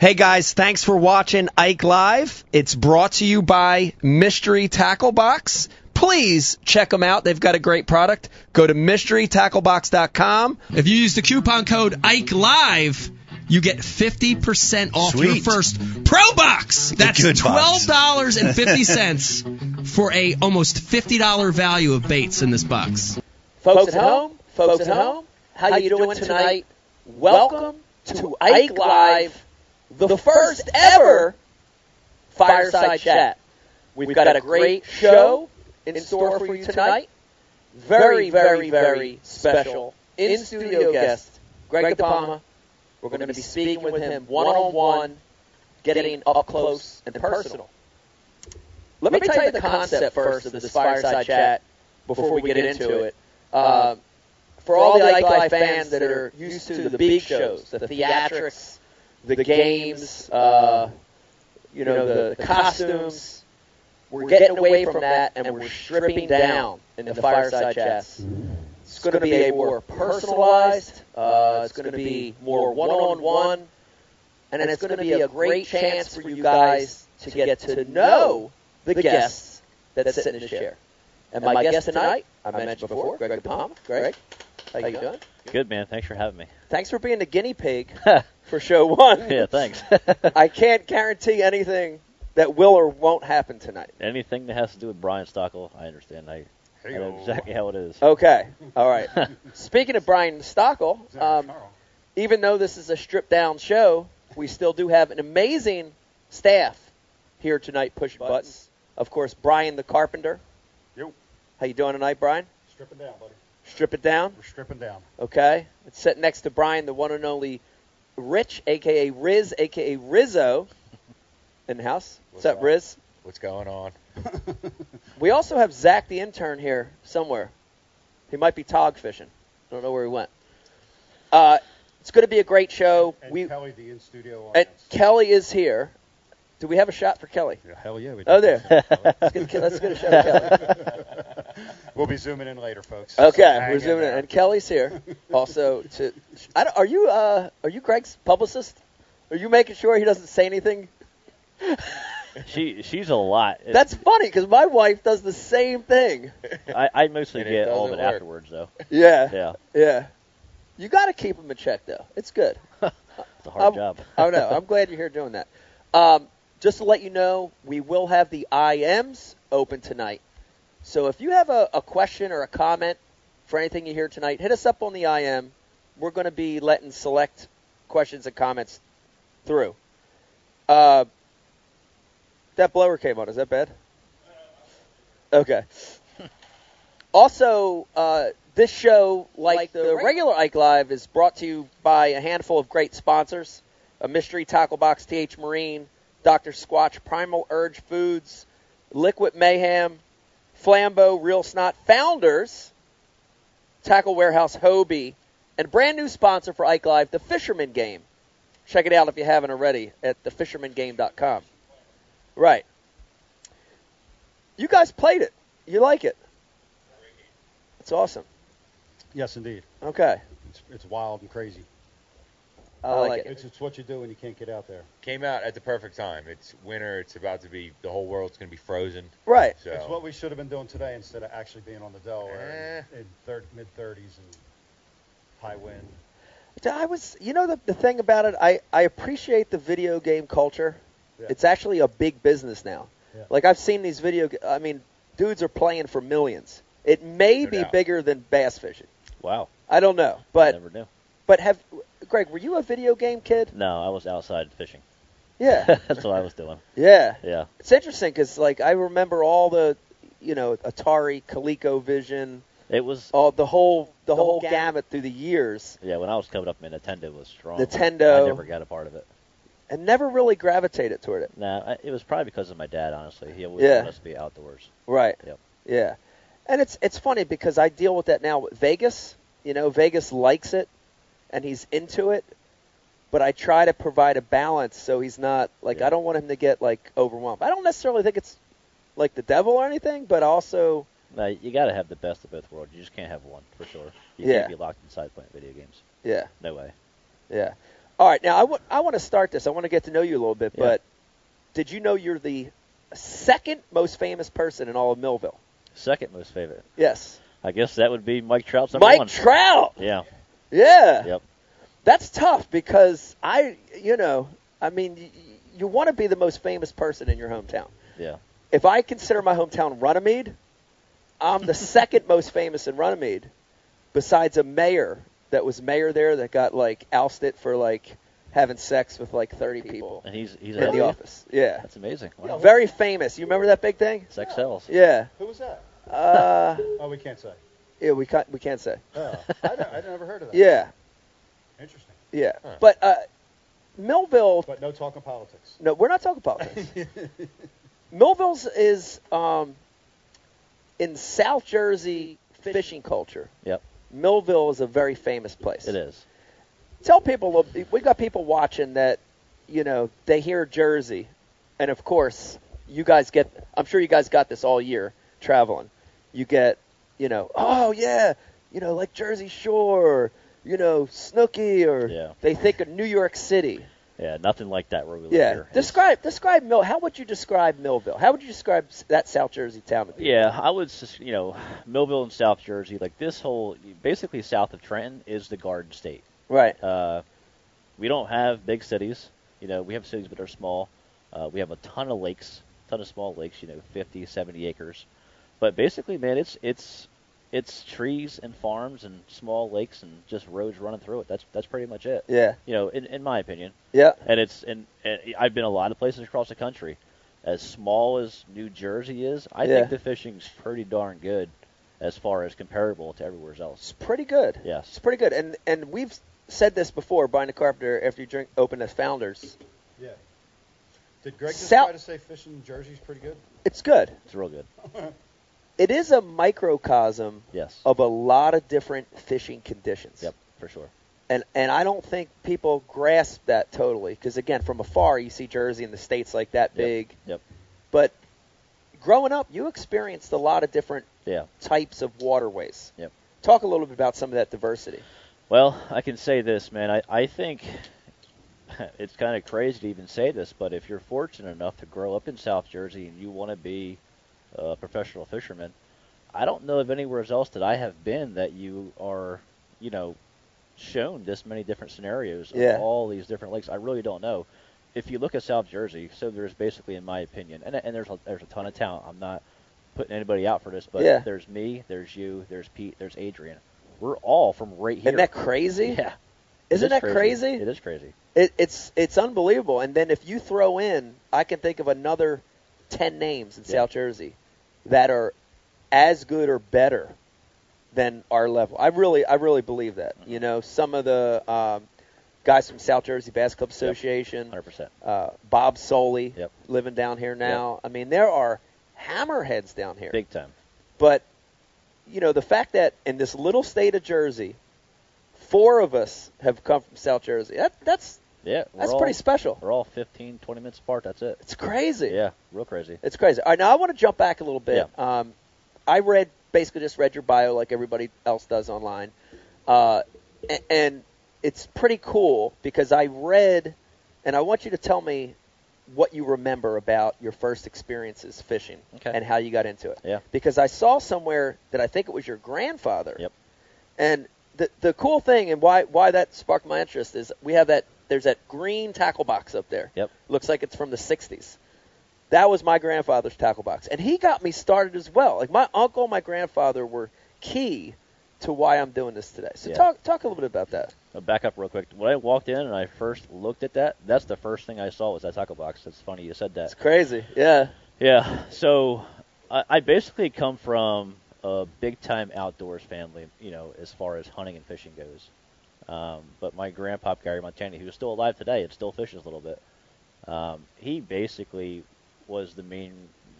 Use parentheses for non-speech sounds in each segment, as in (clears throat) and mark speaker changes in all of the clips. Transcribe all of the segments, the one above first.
Speaker 1: Hey guys, thanks for watching Ike Live. It's brought to you by Mystery Tackle Box. Please check them out. They've got a great product. Go to mysterytacklebox.com.
Speaker 2: If you use the coupon code Ike Live, you get 50% off your
Speaker 3: Sweet.
Speaker 2: first Pro Box. That's
Speaker 3: good box.
Speaker 1: (laughs)
Speaker 2: $12.50 for a almost $50 value of baits in this box.
Speaker 4: Folks, at home, folks at home, how you doing tonight? Welcome to Ike Live, the first ever fireside chat. We've got a great show in store for you tonight. Very, very, very special in studio guest, Greg De Palma. We're going to be speaking with him one on one, getting up close and personal. Let me tell you the concept first of this fireside chat before we get into it. Um, for all the Ike Live fans that are used to the big shows, the theatrics, the games, uh, you know, the, the costumes, we're getting away from that and we're stripping down in the fireside chats. It's going to be a more personalized. Uh, it's going to be more one-on-one, and it's going to be a great chance for you guys to get to know the guests that sit in the chair. And my guest tonight, I mentioned before, Greg Palm. Greg, how you doing?
Speaker 5: Good man, thanks
Speaker 4: (laughs)
Speaker 5: for having me.
Speaker 4: Thanks for being the guinea (laughs) pig for show one.
Speaker 5: yeah, thanks.
Speaker 4: (laughs) I can't guarantee anything that will or won't happen tonight.
Speaker 5: Anything that has to do with Brian Stockel, I understand. I, I know exactly how it is.
Speaker 4: Okay. All (laughs) right. Speaking of Brian Stockel, um, even though this is a stripped down show, we still do have an amazing staff here tonight pushing buttons. Of course, Brian the Carpenter.
Speaker 6: Yo.
Speaker 4: How you doing tonight, Brian?
Speaker 6: Stripping down, buddy.
Speaker 4: Strip it down.
Speaker 6: We're stripping down.
Speaker 4: Okay. It's set next to Brian, the one and only Rich, aka Riz, aka
Speaker 6: (laughs)
Speaker 4: Rizzo, in the house. What's,
Speaker 6: What's
Speaker 4: up,
Speaker 6: up?
Speaker 4: Riz?
Speaker 6: What's going on?
Speaker 4: We also have Zach the intern here somewhere. He might be tog fishing. I don't know where he went. Uh, it's going to be a great show.
Speaker 6: And
Speaker 4: We
Speaker 6: Kelly, the in studio
Speaker 4: and
Speaker 6: audience.
Speaker 4: Kelly is here. Do we have a shot for Kelly?
Speaker 6: Yeah, hell yeah, we do.
Speaker 4: Oh,
Speaker 6: (laughs)
Speaker 4: there. (laughs) let's, get, let's get a shot for Kelly.
Speaker 6: We'll be zooming in later, folks. So
Speaker 4: Okay,
Speaker 6: hang
Speaker 4: we're zooming in,
Speaker 6: there.
Speaker 4: and Kelly's here. Also, to I don't- are you uh, are you Greg's publicist? Are you making sure he doesn't say anything?
Speaker 5: (laughs) She she's a lot. It-
Speaker 4: That's funny because my wife does the same thing.
Speaker 5: I, I mostly
Speaker 6: And it
Speaker 5: get all of it
Speaker 6: doesn't work.
Speaker 5: afterwards
Speaker 4: (laughs)
Speaker 5: though.
Speaker 4: Yeah,
Speaker 5: Yeah,
Speaker 4: yeah. You got to keep him in check though. It's good.
Speaker 5: it's a hard
Speaker 4: I'm-
Speaker 5: job.
Speaker 4: (laughs) oh no, I'm glad you're here doing that. Um, just to let you know, we will have the IMs open tonight. So if you have a, a question or a comment for anything you hear tonight, hit us up on the IM. We're going to be letting select questions and comments through. Uh, that blower came on. Is that bad? (laughs) Okay. Also, uh, this show, like, the, regular Ike Live, is brought to you by a handful of great sponsors: a mystery tackle box, TH Marine, Doctor Squatch, Primal Urge Foods, Liquid Mayhem, Flambeau, Real Snot, Founders, Tackle Warehouse, Hobie, and brand new sponsor for Ike Live, the Fisherman Game. Check it out if you haven't already at thefishermangame.com. Right. You guys played it. You like it. It's awesome.
Speaker 6: Yes, indeed.
Speaker 4: Okay.
Speaker 6: It's, it's wild and crazy.
Speaker 4: I, like, it.
Speaker 6: It's, it's what you do when you can't get out there.
Speaker 7: Came out at the perfect time. It's winter. It's about to be. The whole world's going to be frozen.
Speaker 4: Right.
Speaker 7: So
Speaker 6: It's what we should have been doing today instead of actually being on the Delaware in, in third, mid 30s and high wind.
Speaker 4: I was, you know, the, the thing about it, I, I appreciate the video game culture.
Speaker 6: Yeah.
Speaker 4: It's actually a big business now.
Speaker 6: Yeah.
Speaker 4: Like, I've seen these video, ga- I mean, dudes are playing for millions. It may
Speaker 7: No
Speaker 4: be
Speaker 7: doubt.
Speaker 4: bigger than bass fishing.
Speaker 5: Wow,
Speaker 4: I don't know.
Speaker 5: I
Speaker 4: But,
Speaker 5: never knew.
Speaker 4: but have, Greg, were you a video game kid?
Speaker 5: No, I was outside
Speaker 4: (laughs)
Speaker 5: fishing. (laughs)
Speaker 4: Yeah.
Speaker 5: That's what I was doing.
Speaker 4: yeah.
Speaker 5: Yeah,
Speaker 4: It's interesting because, like, I remember all the, you know, Atari, ColecoVision,
Speaker 5: it was.
Speaker 4: all the whole, the,
Speaker 8: whole
Speaker 4: whole
Speaker 8: gamut.
Speaker 4: gamut through the years.
Speaker 5: Yeah, when I was coming up, man, Nintendo was strong.
Speaker 4: Nintendo.
Speaker 5: I never got a part of it.
Speaker 4: and never really gravitated toward it.
Speaker 5: No, I, it was probably because of my dad. Honestly, he always
Speaker 4: Yeah.
Speaker 5: wanted us to be outdoors.
Speaker 4: Right.
Speaker 5: Yep.
Speaker 4: Yeah. And it's it's funny because I deal with that now with Vegas. You know, Vegas likes it and he's into it, but I try to provide a balance so he's not like
Speaker 5: Yeah.
Speaker 4: I don't want him to get like overwhelmed. I don't necessarily think it's like the devil or anything, but also
Speaker 5: No, you got to have the best of both worlds. You just can't have one for sure. You
Speaker 4: Yeah.
Speaker 5: can't be locked inside playing video games.
Speaker 4: yeah,
Speaker 5: No way.
Speaker 4: yeah. All right, now I want to start this. I want to get to know you a little bit,
Speaker 5: Yeah.
Speaker 4: but did you know you're the second most famous person in all of Millville?
Speaker 5: Second most favorite.
Speaker 4: Yes,
Speaker 5: I guess that would be Mike Trout's number
Speaker 4: Mike
Speaker 5: one.
Speaker 4: Trout.
Speaker 5: yeah.
Speaker 4: Yeah.
Speaker 5: Yep.
Speaker 4: That's tough because I, you know, I mean, y- y- you want to be the most famous person in your hometown.
Speaker 5: Yeah.
Speaker 4: If I consider my hometown Runnymede, I'm the second most famous in Runnymede, besides a mayor that was mayor there that got like ousted for like having sex with like 30 people
Speaker 5: And he's he's "Oh,
Speaker 4: in
Speaker 5: ahead
Speaker 4: the
Speaker 5: of you.
Speaker 4: office. Yeah.
Speaker 5: That's amazing. Wow.
Speaker 4: Very famous. You remember that big thing?
Speaker 5: Sex sells.
Speaker 4: Yeah.
Speaker 6: Who was that?
Speaker 4: Uh,
Speaker 6: Oh, we can't say.
Speaker 4: yeah. We can't. We can't say.
Speaker 6: Oh,
Speaker 4: (laughs)
Speaker 6: I, don't- I never heard of that.
Speaker 4: Yeah.
Speaker 6: Interesting.
Speaker 4: Yeah.
Speaker 7: Huh.
Speaker 4: But uh, Millville
Speaker 6: But no talking politics.
Speaker 4: No, we're not talking politics.
Speaker 5: (laughs)
Speaker 4: Millville's is um, in South Jersey fishing culture.
Speaker 5: Yep.
Speaker 4: Millville is a very famous place.
Speaker 5: It is.
Speaker 4: Tell people a little- we got people watching that, you know, they hear Jersey, and of course, you guys get. I'm sure you guys got this all year traveling. You get, you know, oh yeah, you know, like Jersey Shore, you know, Snooki, or
Speaker 5: Yeah.
Speaker 4: they think of New York City.
Speaker 5: Yeah. Nothing like that where we live
Speaker 4: Yeah.
Speaker 5: here. It's-
Speaker 4: Describe describe Mill. How would you describe Millville? How would you describe s- that South Jersey town? to people?
Speaker 5: Yeah, I would, sus- you know, Millville and South Jersey, like this whole, basically south of Trenton is the Garden State.
Speaker 4: Right.
Speaker 5: Uh, we don't have big cities. You know, we have cities, but they're small. Uh, we have a ton of lakes, ton of small lakes. You know, 50, 70 acres. But basically, man, it's it's it's trees and farms and small lakes and just roads running through it. That's that's pretty much it.
Speaker 4: Yeah.
Speaker 5: You know, in in my opinion
Speaker 4: Yeah.
Speaker 5: and it's and, and I've been a lot of places across the country. As small as New Jersey is, I
Speaker 4: Yeah.
Speaker 5: think the fishing's pretty darn good, as far as comparable to everywhere
Speaker 4: It's
Speaker 5: else.
Speaker 4: pretty good.
Speaker 5: Yes.
Speaker 4: It's pretty good. And and we've said this before. Brian the Carpenter, after you drink, open at Founders,
Speaker 6: Yeah. Did Greg just
Speaker 4: Sal-
Speaker 6: try to say fishing in Jersey's pretty good?
Speaker 4: it's good.
Speaker 5: It's real good.
Speaker 4: It is a microcosm
Speaker 5: Yes.
Speaker 4: of a lot of different fishing conditions.
Speaker 5: Yep. For sure.
Speaker 4: And and I don't think people grasp that totally because again, from afar, you see Jersey and the states like that
Speaker 5: Yep.
Speaker 4: big.
Speaker 5: Yep.
Speaker 4: But growing up, you experienced a lot of different
Speaker 5: Yeah.
Speaker 4: types of waterways.
Speaker 5: Yep.
Speaker 4: Talk a little bit about some of that diversity.
Speaker 5: Well, I can say this, man. I I think (laughs) it's kind of crazy to even say this, but if you're fortunate enough to grow up in South Jersey and you want to be a professional fisherman, I don't know of anywhere else that I have been that you are, you know, shown this many different scenarios
Speaker 4: Yeah.
Speaker 5: of all these different lakes. I really don't know. If you look at South Jersey, so there's basically, in my opinion, and, and there's a, there's a ton of talent. I'm not putting anybody out for this, but
Speaker 4: Yeah.
Speaker 5: there's me, there's you, there's Pete, there's Adrian. We're all from right here.
Speaker 4: Isn't that crazy?
Speaker 5: Yeah.
Speaker 4: Isn't
Speaker 5: It
Speaker 4: that
Speaker 5: is
Speaker 4: crazy?
Speaker 5: It is crazy.
Speaker 4: It, it's it's unbelievable. And then if you throw in, I can think of another ten names in
Speaker 5: Yeah.
Speaker 4: South Jersey that are as good or better than our level. I really I really believe that.
Speaker 5: Mm-hmm.
Speaker 4: You know, some of the um, guys from South Jersey Bass Club Association,
Speaker 5: 100%.
Speaker 4: uh, Bob Soley,
Speaker 5: Yep.
Speaker 4: living down here now. I mean, there are hammerheads down here.
Speaker 5: Big time.
Speaker 4: But you know, the fact that in this little state of Jersey, four of us have come from South Jersey. That, that's
Speaker 5: Yeah. we're
Speaker 4: that's
Speaker 5: all-
Speaker 4: pretty special.
Speaker 5: We're all 15, 20 minutes apart. That's it.
Speaker 4: It's crazy.
Speaker 5: Yeah. Real crazy.
Speaker 4: It's crazy. All right, now I want to jump back a little bit. Um, I read basically just read your bio like everybody else does online, uh, and, and it's pretty cool because I read, and I want you to tell me what you remember about your first experiences fishing
Speaker 5: Okay.
Speaker 4: and how you got into it.
Speaker 5: Yeah.
Speaker 4: Because I saw somewhere that I think it was your grandfather.
Speaker 5: Yep.
Speaker 4: And the the cool thing and why why that sparked my interest is we have that there's that green tackle box up there.
Speaker 5: Yep.
Speaker 4: Looks like it's from the 60s. That was my grandfather's tackle box, and he got me started as well. Like my uncle, and my grandfather were key to why I'm doing this today. So
Speaker 5: Yeah.
Speaker 4: talk talk a little bit about that.
Speaker 5: Now back up real quick. When I walked in and I first looked at that, that's the first thing I saw was that tackle box. That's funny you said that.
Speaker 4: It's crazy. Yeah.
Speaker 5: Yeah. So I, I basically come from a big time outdoors family, you know, as far as hunting and fishing goes. Um, but my grandpa Gary Montana, who's still alive today and still fishes a little bit, um, he basically was the main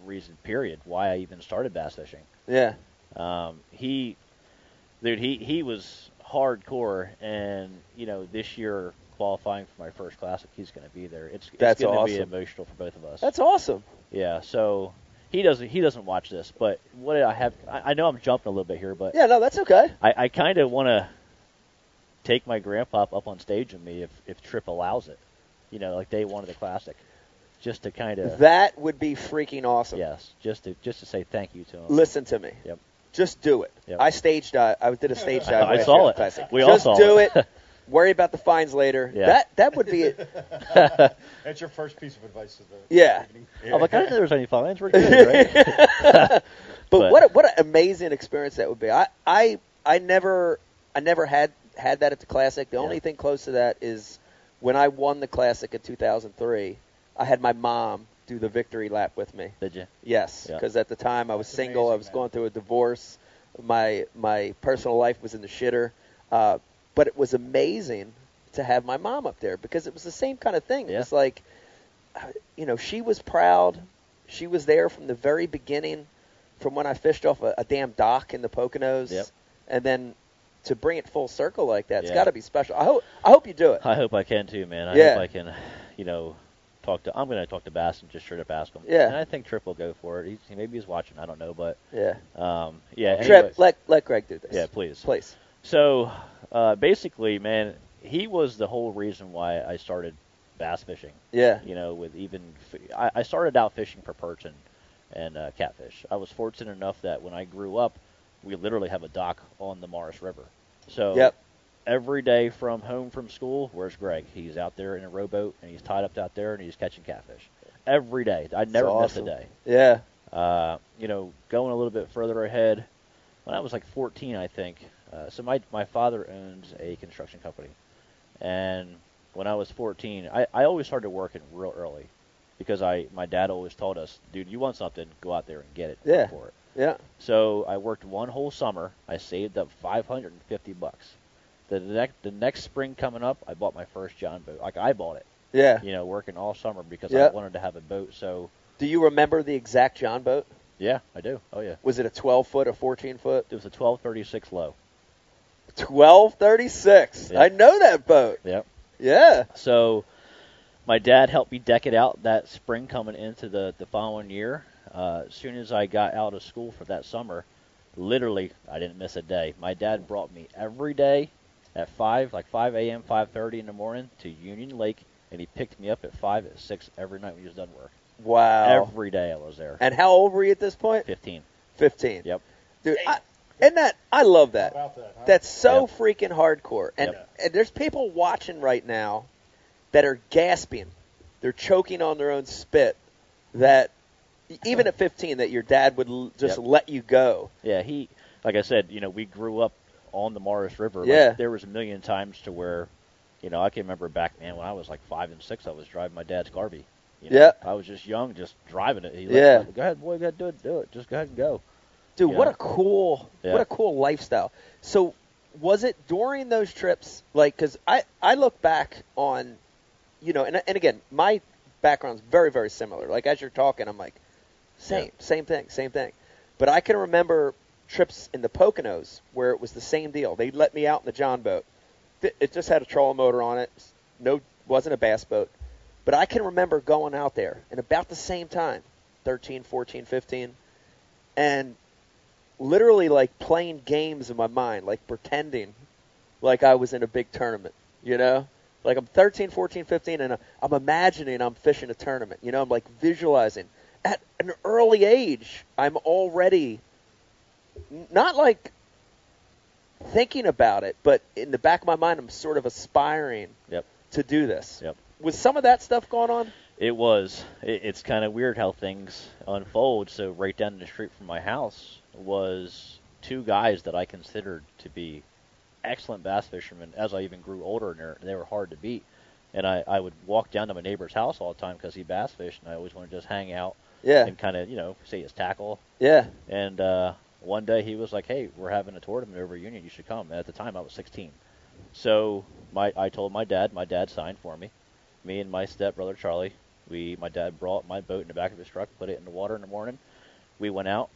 Speaker 5: reason, period, why I even started bass fishing.
Speaker 4: Yeah.
Speaker 5: Um, he, dude, he he was hardcore, and you know this year qualifying for my first classic, he's going to be there. It's
Speaker 4: That's
Speaker 5: it's going to be
Speaker 4: awesome.
Speaker 5: emotional for both of us.
Speaker 4: That's awesome.
Speaker 5: yeah. So he doesn't he doesn't watch this, but what I have I, I know I'm jumping a little bit here, but
Speaker 4: Yeah, no, that's okay.
Speaker 5: I, I kind of want to take my grandpop up on stage with me if if Trip allows it. You know, like day one of the classic, just to kind of
Speaker 4: That would be freaking awesome.
Speaker 5: yes, just to just to say thank you to him.
Speaker 4: Listen to me.
Speaker 5: Yep.
Speaker 4: Just do it.
Speaker 5: Yep.
Speaker 4: I staged. Uh, I did a stage dive.
Speaker 5: (laughs) I
Speaker 4: last
Speaker 5: saw
Speaker 4: year
Speaker 5: it.
Speaker 4: at Classic.
Speaker 5: We all
Speaker 4: Just
Speaker 5: saw
Speaker 4: do
Speaker 5: it. (laughs)
Speaker 4: it. Worry about the fines later.
Speaker 5: Yeah.
Speaker 4: That that would be
Speaker 5: (laughs)
Speaker 4: it.
Speaker 6: That's your first piece of advice of the
Speaker 4: Yeah.
Speaker 6: evening.
Speaker 5: I'm like, I didn't know there was any fines. We're good,
Speaker 4: (laughs)
Speaker 5: right?
Speaker 4: But,
Speaker 5: But-
Speaker 4: what a, what an amazing experience that would be. I I I never I never had had that at the classic. The only
Speaker 5: Yeah.
Speaker 4: thing close to that is when I won the classic in 2003. I had my mom do the victory lap with me.
Speaker 5: Did you?
Speaker 4: Yes,
Speaker 5: Yeah.
Speaker 4: because at the time I was
Speaker 6: That's
Speaker 4: single. I
Speaker 6: amazing,
Speaker 4: was
Speaker 6: man.
Speaker 4: going through a divorce. My my personal life was in the shitter. Uh, but it was amazing to have my mom up there because it was the same kind of thing. It
Speaker 5: Yeah.
Speaker 4: was like, uh, you know, she was proud. She was there from the very beginning, from when I fished off a, a damn dock in the Poconos,
Speaker 5: Yep.
Speaker 4: and then to bring it full circle like that, it's
Speaker 5: Yeah.
Speaker 4: got to be special. I hope I hope you do it.
Speaker 5: I hope I can too, man. I
Speaker 4: Yeah.
Speaker 5: hope I can, you know, talk to. I'm gonna talk to Bass and just straight up ask him.
Speaker 4: Yeah.
Speaker 5: And I think Trip will go for it. He's, he- maybe he's watching. I don't know, but
Speaker 4: Yeah,
Speaker 5: um, yeah. anyway.
Speaker 4: Trip, let let Greg do this.
Speaker 5: Yeah, please.
Speaker 4: please.
Speaker 5: So uh, basically, man, he was the whole reason why I started bass fishing.
Speaker 4: Yeah,
Speaker 5: You know, with even f- I, I started out fishing for perch and, and uh, catfish. I was fortunate enough that when I grew up, we literally have a dock on the Morris River. So
Speaker 4: Yep.
Speaker 5: every day from home from school, where's Greg? He's out there in a rowboat and he's tied up out there and he's catching catfish every day. I never miss a
Speaker 4: awesome.
Speaker 5: day
Speaker 4: yeah,
Speaker 5: uh, you know, going a little bit further ahead, when I was like 14, I think. Uh, so my my father owns a construction company, and when I was 14, I, I always started working real early, because I my dad always told us, dude, you want something, go out there and get it. work
Speaker 4: Yeah.
Speaker 5: For it.
Speaker 4: yeah.
Speaker 5: So I worked one whole summer. I saved up 550 bucks. The next the next spring coming up, I bought my first John boat. Like I bought it,
Speaker 4: Yeah.
Speaker 5: you know, working all summer because
Speaker 4: Yep.
Speaker 5: I wanted to have a boat. So
Speaker 4: Do you remember the exact John boat?
Speaker 5: yeah, I do. Oh yeah.
Speaker 4: Was it a 12 foot or 14 foot?
Speaker 5: It was a 1236 low.
Speaker 4: 1236.
Speaker 5: Yeah.
Speaker 4: I know that boat.
Speaker 5: Yep.
Speaker 4: Yeah.
Speaker 5: So my dad helped me deck it out that spring coming into the, the following year. Uh, as soon as I got out of school for that summer, literally I didn't miss a day. My dad brought me every day at five, like five a.m., five thirty in the morning to Union Lake, and he picked me up at five at six every night when he was done work.
Speaker 4: Wow.
Speaker 5: Every day I was there.
Speaker 4: And how old were you at this point?
Speaker 5: Fifteen.
Speaker 4: 15.
Speaker 5: Yep.
Speaker 4: Dude, I, and that I love
Speaker 6: How
Speaker 4: that.
Speaker 6: about that? Huh?
Speaker 4: That's so
Speaker 5: Yep.
Speaker 4: freaking hardcore. And,
Speaker 5: Yep.
Speaker 4: and there's people watching right now that are gasping. They're choking on their own spit that even at 15 that your dad would l- just
Speaker 5: Yep.
Speaker 4: let you go.
Speaker 5: Yeah, he, like I said, you know, we grew up on the Morris River. Like,
Speaker 4: Yeah.
Speaker 5: there was a million times to where, you know, I can remember back, man, when I was like five and six, I was driving my dad's Garvey. You know,
Speaker 4: Yeah.
Speaker 5: I was just young, just driving it. He
Speaker 4: Yeah.
Speaker 5: Like, go ahead, boy, go ahead, do it, do it. Just go ahead and go.
Speaker 4: Dude,
Speaker 5: Yeah.
Speaker 4: what a cool,
Speaker 5: Yeah.
Speaker 4: what a cool lifestyle. So, was it during those trips, like, because I I look back on, you know, and and again, my background's very very similar. Like as you're talking, I'm like, same
Speaker 5: Yeah.
Speaker 4: same thing, same thing. But I can remember trips in the Poconos where it was the same deal. They let me out in the John boat. Th- It just had a trolling motor on it. No, wasn't a bass boat. But I can remember going out there and about the same time, 13, 14, 15, and literally like playing games in my mind, like pretending like I was in a big tournament, you know? Like I'm 13, 14, 15, and uh, I'm imagining I'm fishing a tournament. You know, I'm like visualizing. At an early age, I'm already n- not like thinking about it, but in the back of my mind, I'm sort of aspiring
Speaker 5: Yep.
Speaker 4: to do this.
Speaker 5: Yep.
Speaker 4: Was some of that stuff going on?
Speaker 5: It was. It, it's kind of weird how things unfold. So right down the street from my house was two guys that I considered to be excellent bass fishermen. As I even grew older, and they're- they were hard to beat. And I, I would walk down to my neighbor's house all the time because he bass fished, and I always wanted to just hang out
Speaker 4: Yeah.
Speaker 5: and kind of you know see his tackle.
Speaker 4: Yeah.
Speaker 5: And uh, one day he was like, "Hey, we're having a tournament over at Union. You should come." And at the time, I was 16. So my I told my dad. My dad signed for me. Me and my stepbrother Charlie. We my dad brought my boat in the back of his truck, put it in the water in the morning. We went out,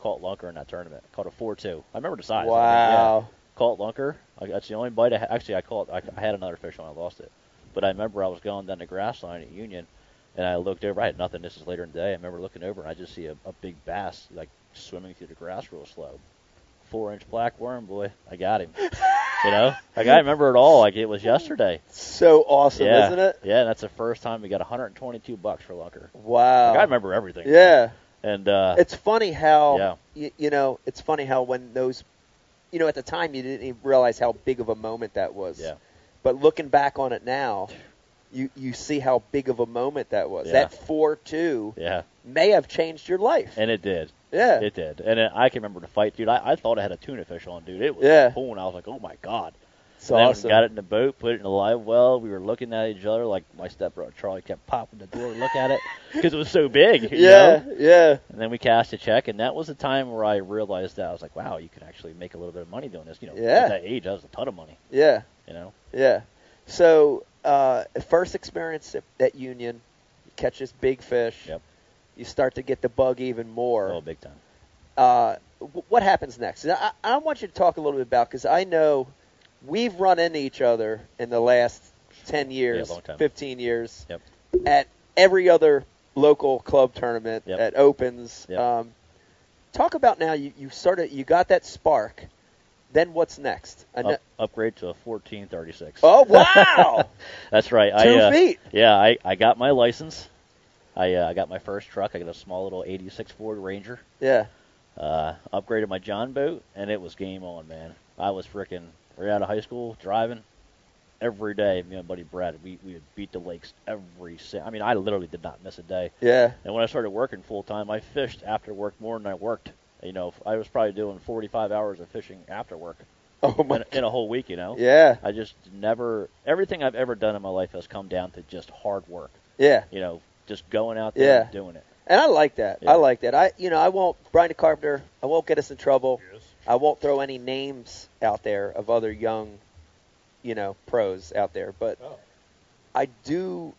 Speaker 5: caught lunker in that tournament. Caught a 4-2. I remember the size. Yeah.
Speaker 4: Wow.
Speaker 5: Caught lunker. I, that's the only bite. I ha- actually I caught. I, I had another fish when I lost it. But I remember I was going down the grass line at Union, and I looked over. I had nothing. This is later in the day. I remember looking over, and I just see a, a big bass
Speaker 4: (laughs)
Speaker 5: like swimming through the grass real slow. Four inch black worm, boy. I got him. You know, like I remember it all. Like it was yesterday.
Speaker 4: So awesome,
Speaker 5: yeah,
Speaker 4: isn't it?
Speaker 5: yeah. That's the first time we got 122 bucks for Lunker.
Speaker 4: Wow.
Speaker 5: Like, I remember everything.
Speaker 4: Yeah.
Speaker 5: And uh,
Speaker 4: It's funny how
Speaker 5: yeah,
Speaker 4: y- you know, it's funny how when those you know, at the time you didn't even realize how big of a moment that was.
Speaker 5: yeah.
Speaker 4: But looking back on it now, you you see how big of a moment that was.
Speaker 5: Yeah.
Speaker 4: That 4-2
Speaker 5: Yeah,
Speaker 4: may have changed your life.
Speaker 5: and it did.
Speaker 4: yeah.
Speaker 5: It did. And it, I can remember the fight, dude. I, I thought I had a tuna fish on, dude. It was
Speaker 4: Yeah.
Speaker 5: cool, and I was like, oh my god.
Speaker 4: it's
Speaker 5: And then we
Speaker 4: awesome.
Speaker 5: Got it in the boat, put it in the live well. We were looking at each other like my stepbrother Charlie kept popping the door to look at it because it was so big. you
Speaker 4: yeah,
Speaker 5: know?
Speaker 4: yeah.
Speaker 5: And then we cast a check, and that was the time where I realized that I was like, wow, you can actually make a little bit of money doing this. You know,
Speaker 4: Yeah.
Speaker 5: at that age, that was a ton of money.
Speaker 4: Yeah.
Speaker 5: You know.
Speaker 4: Yeah. So uh, first experience at, at Union, you catch this big fish.
Speaker 5: Yep.
Speaker 4: You start to get the bug even more.
Speaker 5: Oh, big time.
Speaker 4: Uh, wh- what happens next? And I, I want you to talk a little bit about because I know we've run into each other in the last ten years,
Speaker 5: long time.
Speaker 4: fifteen years,
Speaker 5: Yep.
Speaker 4: at every other local club tournament,
Speaker 5: Yep.
Speaker 4: at opens.
Speaker 5: Yep.
Speaker 4: Um, talk about now. You you started. You got that spark. Then what's next? I kno-
Speaker 5: Up, upgrade to a 1436.
Speaker 4: oh
Speaker 5: (laughs)
Speaker 4: wow!
Speaker 5: That's right.
Speaker 4: Two
Speaker 5: I, uh,
Speaker 4: feet.
Speaker 5: Yeah, I, I got my license. I uh, I got my first truck. I got a small little '86 Ford Ranger.
Speaker 4: Yeah.
Speaker 5: Uh, upgraded my John boat, and it was game on, man. I was freaking right out of high school driving every day. Me and buddy Brad, we we would beat the lakes every. si- I mean, I literally did not miss a day.
Speaker 4: Yeah.
Speaker 5: And when I started working full time, I fished after work more than I worked. You know, I was probably doing 45 hours of fishing after work
Speaker 4: Oh my.
Speaker 5: in, in a whole week. You know.
Speaker 4: Yeah.
Speaker 5: I just never. Everything I've ever done in my life has come down to just hard work.
Speaker 4: Yeah.
Speaker 5: You know, just going out there
Speaker 4: Yeah.
Speaker 5: and doing it.
Speaker 4: And I like that.
Speaker 5: Yeah.
Speaker 4: I like that. I you know, I won't Brian De Carpenter, I won't get us in trouble.
Speaker 6: Yes.
Speaker 4: I won't throw any names out there of other young, you know, pros out there, but
Speaker 6: Oh.
Speaker 4: I do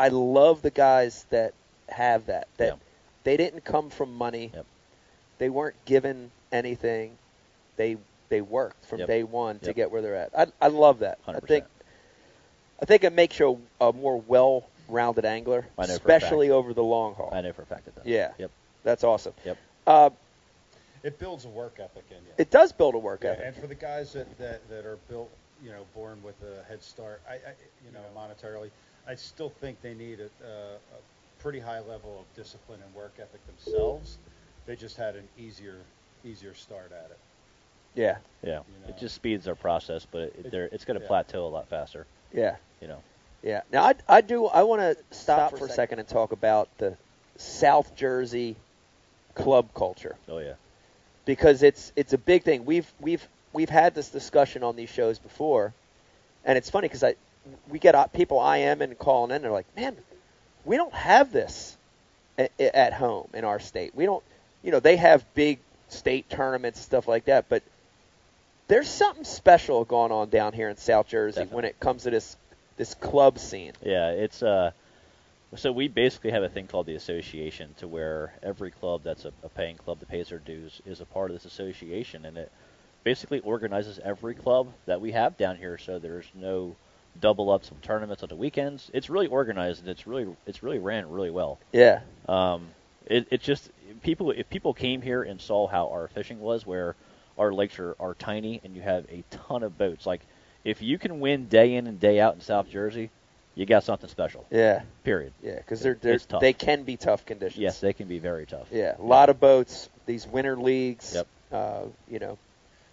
Speaker 4: I love the guys that have that. That
Speaker 5: Yeah.
Speaker 4: they didn't come from money.
Speaker 5: Yep.
Speaker 4: They weren't given anything. They they worked from
Speaker 5: Yep.
Speaker 4: day one to
Speaker 5: Yep.
Speaker 4: get where they're at. I I love that. I
Speaker 5: 100%.
Speaker 4: think I think it makes you a, a more well-rounded angler,
Speaker 5: I know for a fact.
Speaker 4: especially over the long haul.
Speaker 5: I know for a fact it does.
Speaker 4: Yeah.
Speaker 5: Yep.
Speaker 4: That's awesome.
Speaker 5: Yep.
Speaker 4: Uh,
Speaker 6: It builds a work ethic in you.
Speaker 4: it does build a work
Speaker 6: Yeah,
Speaker 4: ethic.
Speaker 6: and for the guys that, that, that are built, you know, born with a head start, I, I you know, monetarily, I still think they need a, a, a pretty high level of discipline and work ethic themselves. They just had an easier easier start at it.
Speaker 4: Yeah.
Speaker 5: Yeah.
Speaker 6: You know.
Speaker 5: It just speeds our process, but it, it,
Speaker 6: It-
Speaker 5: there- it's going to
Speaker 6: yeah.
Speaker 5: plateau a lot faster.
Speaker 4: Yeah.
Speaker 5: You know.
Speaker 4: Yeah. Now I, I do I want to stop for a second and talk about the South Jersey club culture
Speaker 5: Oh yeah.
Speaker 4: because it's it's a big thing. We've we've we've had this discussion on these shows before, and it's funny because I we get uh, people I am and calling in. They're like, man, we don't have this at, at home in our state. We don't, you know, they have big state tournaments stuff like that, but there's something special going on down here in South Jersey when
Speaker 5: Definitely.
Speaker 4: it comes to this this club scene.
Speaker 5: Yeah. It's uh. So we basically have a thing called the association, to where every club that's a, a paying club that pays their dues is a part of this association, and it basically organizes every club that we have down here. So there's no double ups of tournaments on the weekends. It's really organized and it's really it's really ran really well.
Speaker 4: Yeah,
Speaker 5: Um, it, it just people if people came here and saw how our fishing was, where our lakes are, are tiny and you have a ton of boats. Like if you can win day in and day out in South Jersey, you got something special.
Speaker 4: yeah,
Speaker 5: Period.
Speaker 4: yeah, because they're, they're
Speaker 5: It's tough.
Speaker 4: they can be tough conditions.
Speaker 5: Yes, they can be very tough.
Speaker 4: Yeah, a lot of boats. These winter leagues.
Speaker 5: Yep.
Speaker 4: Uh, you know.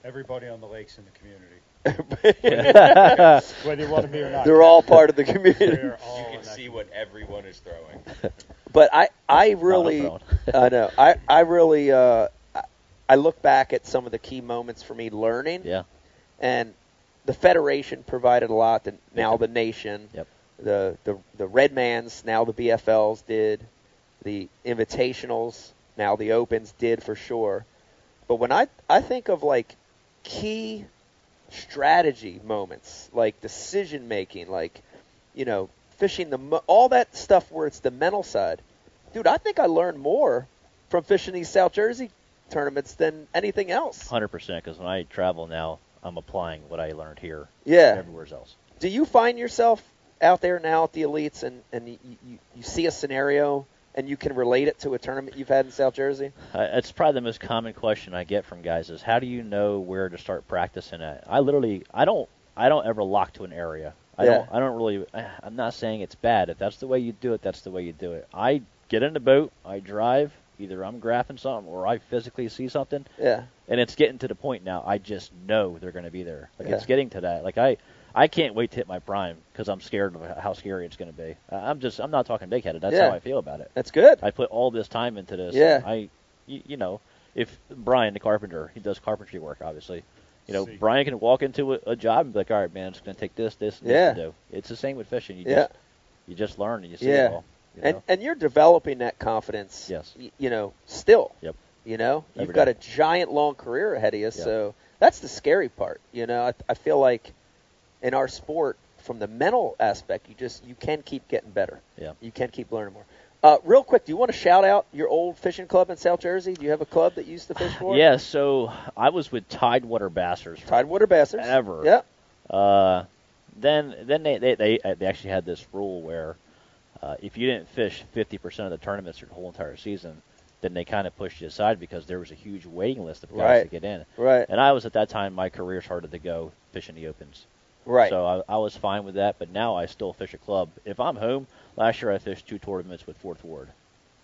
Speaker 6: Everybody on the lakes in the community, whether you want to be or
Speaker 4: (laughs)
Speaker 6: not.
Speaker 4: They're all part of the community.
Speaker 6: they're
Speaker 4: (laughs)
Speaker 6: all
Speaker 7: You
Speaker 6: in
Speaker 7: can
Speaker 6: that
Speaker 7: see what everyone is throwing.
Speaker 4: But I, I really, uh,
Speaker 5: Not
Speaker 4: (laughs) I know, I, I really, uh, I- I look back at some of the key moments for me learning,
Speaker 5: (laughs) Yeah.
Speaker 4: and the federation provided a lot. The, now the nation,
Speaker 5: Yep.
Speaker 4: the the the Redmans, now the BFLs did, the invitationals, now the opens did for sure. But when I I think of like key strategy moments, like decision making, like you know fishing the mo- all that stuff where it's the mental side, dude. I think I learned more from fishing these South Jersey tournaments than anything else.
Speaker 5: Hundred percent. Because when I travel now, I'm applying what I learned here
Speaker 4: Yeah.
Speaker 5: everywhere else.
Speaker 4: Do you find yourself out there now at the elites and and you, you, you see a scenario and you can relate it to a tournament you've had in South Jersey?
Speaker 5: I, Uh, it's probably the most common question I get from guys is how do you know where to start practicing at? I literally I don't I don't ever lock to an area. I
Speaker 4: Yeah.
Speaker 5: don't I don't really uh, I'm not saying it's bad. If that's the way you do it, that's the way you do it. I get in the boat, I drive, either I'm graphing something or I physically see something
Speaker 4: Yeah.
Speaker 5: and it's getting to the point now I just know they're going to be there. Like it's
Speaker 4: Yeah.
Speaker 5: getting to that. Like I I can't wait to hit my prime cuz I'm scared of how scary it's going to be. I- I'm just I'm not talking big headed. That's
Speaker 4: Yeah.
Speaker 5: how I feel about it.
Speaker 4: That's good.
Speaker 5: I put all this time into this.
Speaker 4: Yeah.
Speaker 5: and I, y- you, know, if Brian the carpenter, he does carpentry work, obviously. You know,
Speaker 6: See.
Speaker 5: Brian can walk into a, a job and be like, all right, man, it's going to take this, this, and
Speaker 4: Yeah.
Speaker 5: this to do. It's the same with fishing. You
Speaker 4: Yeah.
Speaker 5: just you just learn and you see
Speaker 4: Yeah.
Speaker 5: it all. You
Speaker 4: and
Speaker 5: know?
Speaker 4: and you're developing that confidence.
Speaker 5: Yes.
Speaker 4: y- you know, still.
Speaker 5: Yep.
Speaker 4: You know,
Speaker 5: Every
Speaker 4: you've got
Speaker 5: day.
Speaker 4: a giant long career ahead of you,
Speaker 5: Yeah.
Speaker 4: so that's the scary part. You know, I, I feel like in our sport, from the mental aspect, you just you can keep getting better.
Speaker 5: Yeah.
Speaker 4: You can keep learning more. Uh, real quick, do you want to shout out your old fishing club in South Jersey? Do you have a club that you used to fish for?
Speaker 5: yeah, so I was with Tidewater Bassers. for-
Speaker 4: Tidewater Bassers.
Speaker 5: Ever.
Speaker 4: Yep.
Speaker 5: Uh, then then they, they, they, uh, they actually had this rule where uh, if you didn't fish 50% of the tournaments or the whole entire season, then they kind of pushed you aside because there was a huge waiting list of guys
Speaker 4: Right.
Speaker 5: to get in.
Speaker 4: Right.
Speaker 5: And I was at that time my career started to go fishing the opens.
Speaker 4: Right.
Speaker 5: So I, I was fine with that, but now I still fish a club. If I'm home, last year I fished two tournaments with Fourth Ward.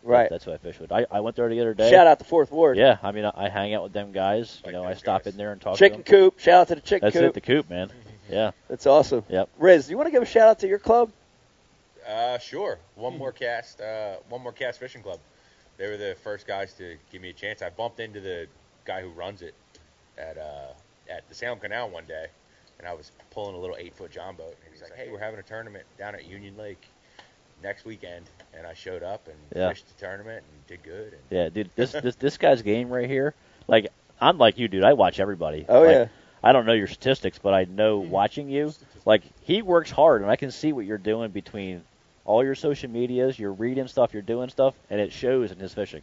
Speaker 4: right.
Speaker 5: That's what I fish with. I, I went there the other day.
Speaker 4: Shout out the Fourth Ward.
Speaker 5: eh, Yeah, I mean I, I hang out with them guys.
Speaker 7: Like
Speaker 5: you know I
Speaker 7: those
Speaker 5: stop
Speaker 7: guys.
Speaker 5: in there and talk
Speaker 4: Chicken
Speaker 5: to them.
Speaker 4: coop. Shout out to the chicken
Speaker 5: That's
Speaker 4: coop.
Speaker 5: it, the coop
Speaker 7: (laughs)
Speaker 5: man. Yeah.
Speaker 4: That's awesome.
Speaker 5: Yep.
Speaker 4: Riz, you want to give a shout out to your club?
Speaker 7: Uh, sure. One more cast. Uh, one more cast fishing club. They were the first guys to give me a chance. I bumped into the guy who runs it at uh, at the Salem Canal one day, and I was pulling a little eight foot john boat, and he's like, "Hey, we're having a tournament down at Union Lake next weekend," and I showed up and
Speaker 5: Yeah.
Speaker 7: fished the tournament and did good. And
Speaker 5: Yeah, dude, this this this guy's game right here. Like I'm like you, dude. I watch everybody.
Speaker 4: Oh,
Speaker 5: Like,
Speaker 4: yeah.
Speaker 5: I don't know your statistics, but I know watching you. Like he works hard, and I can see what you're doing between all your social medias. You're reading stuff, you're doing stuff, and it shows in his fishing.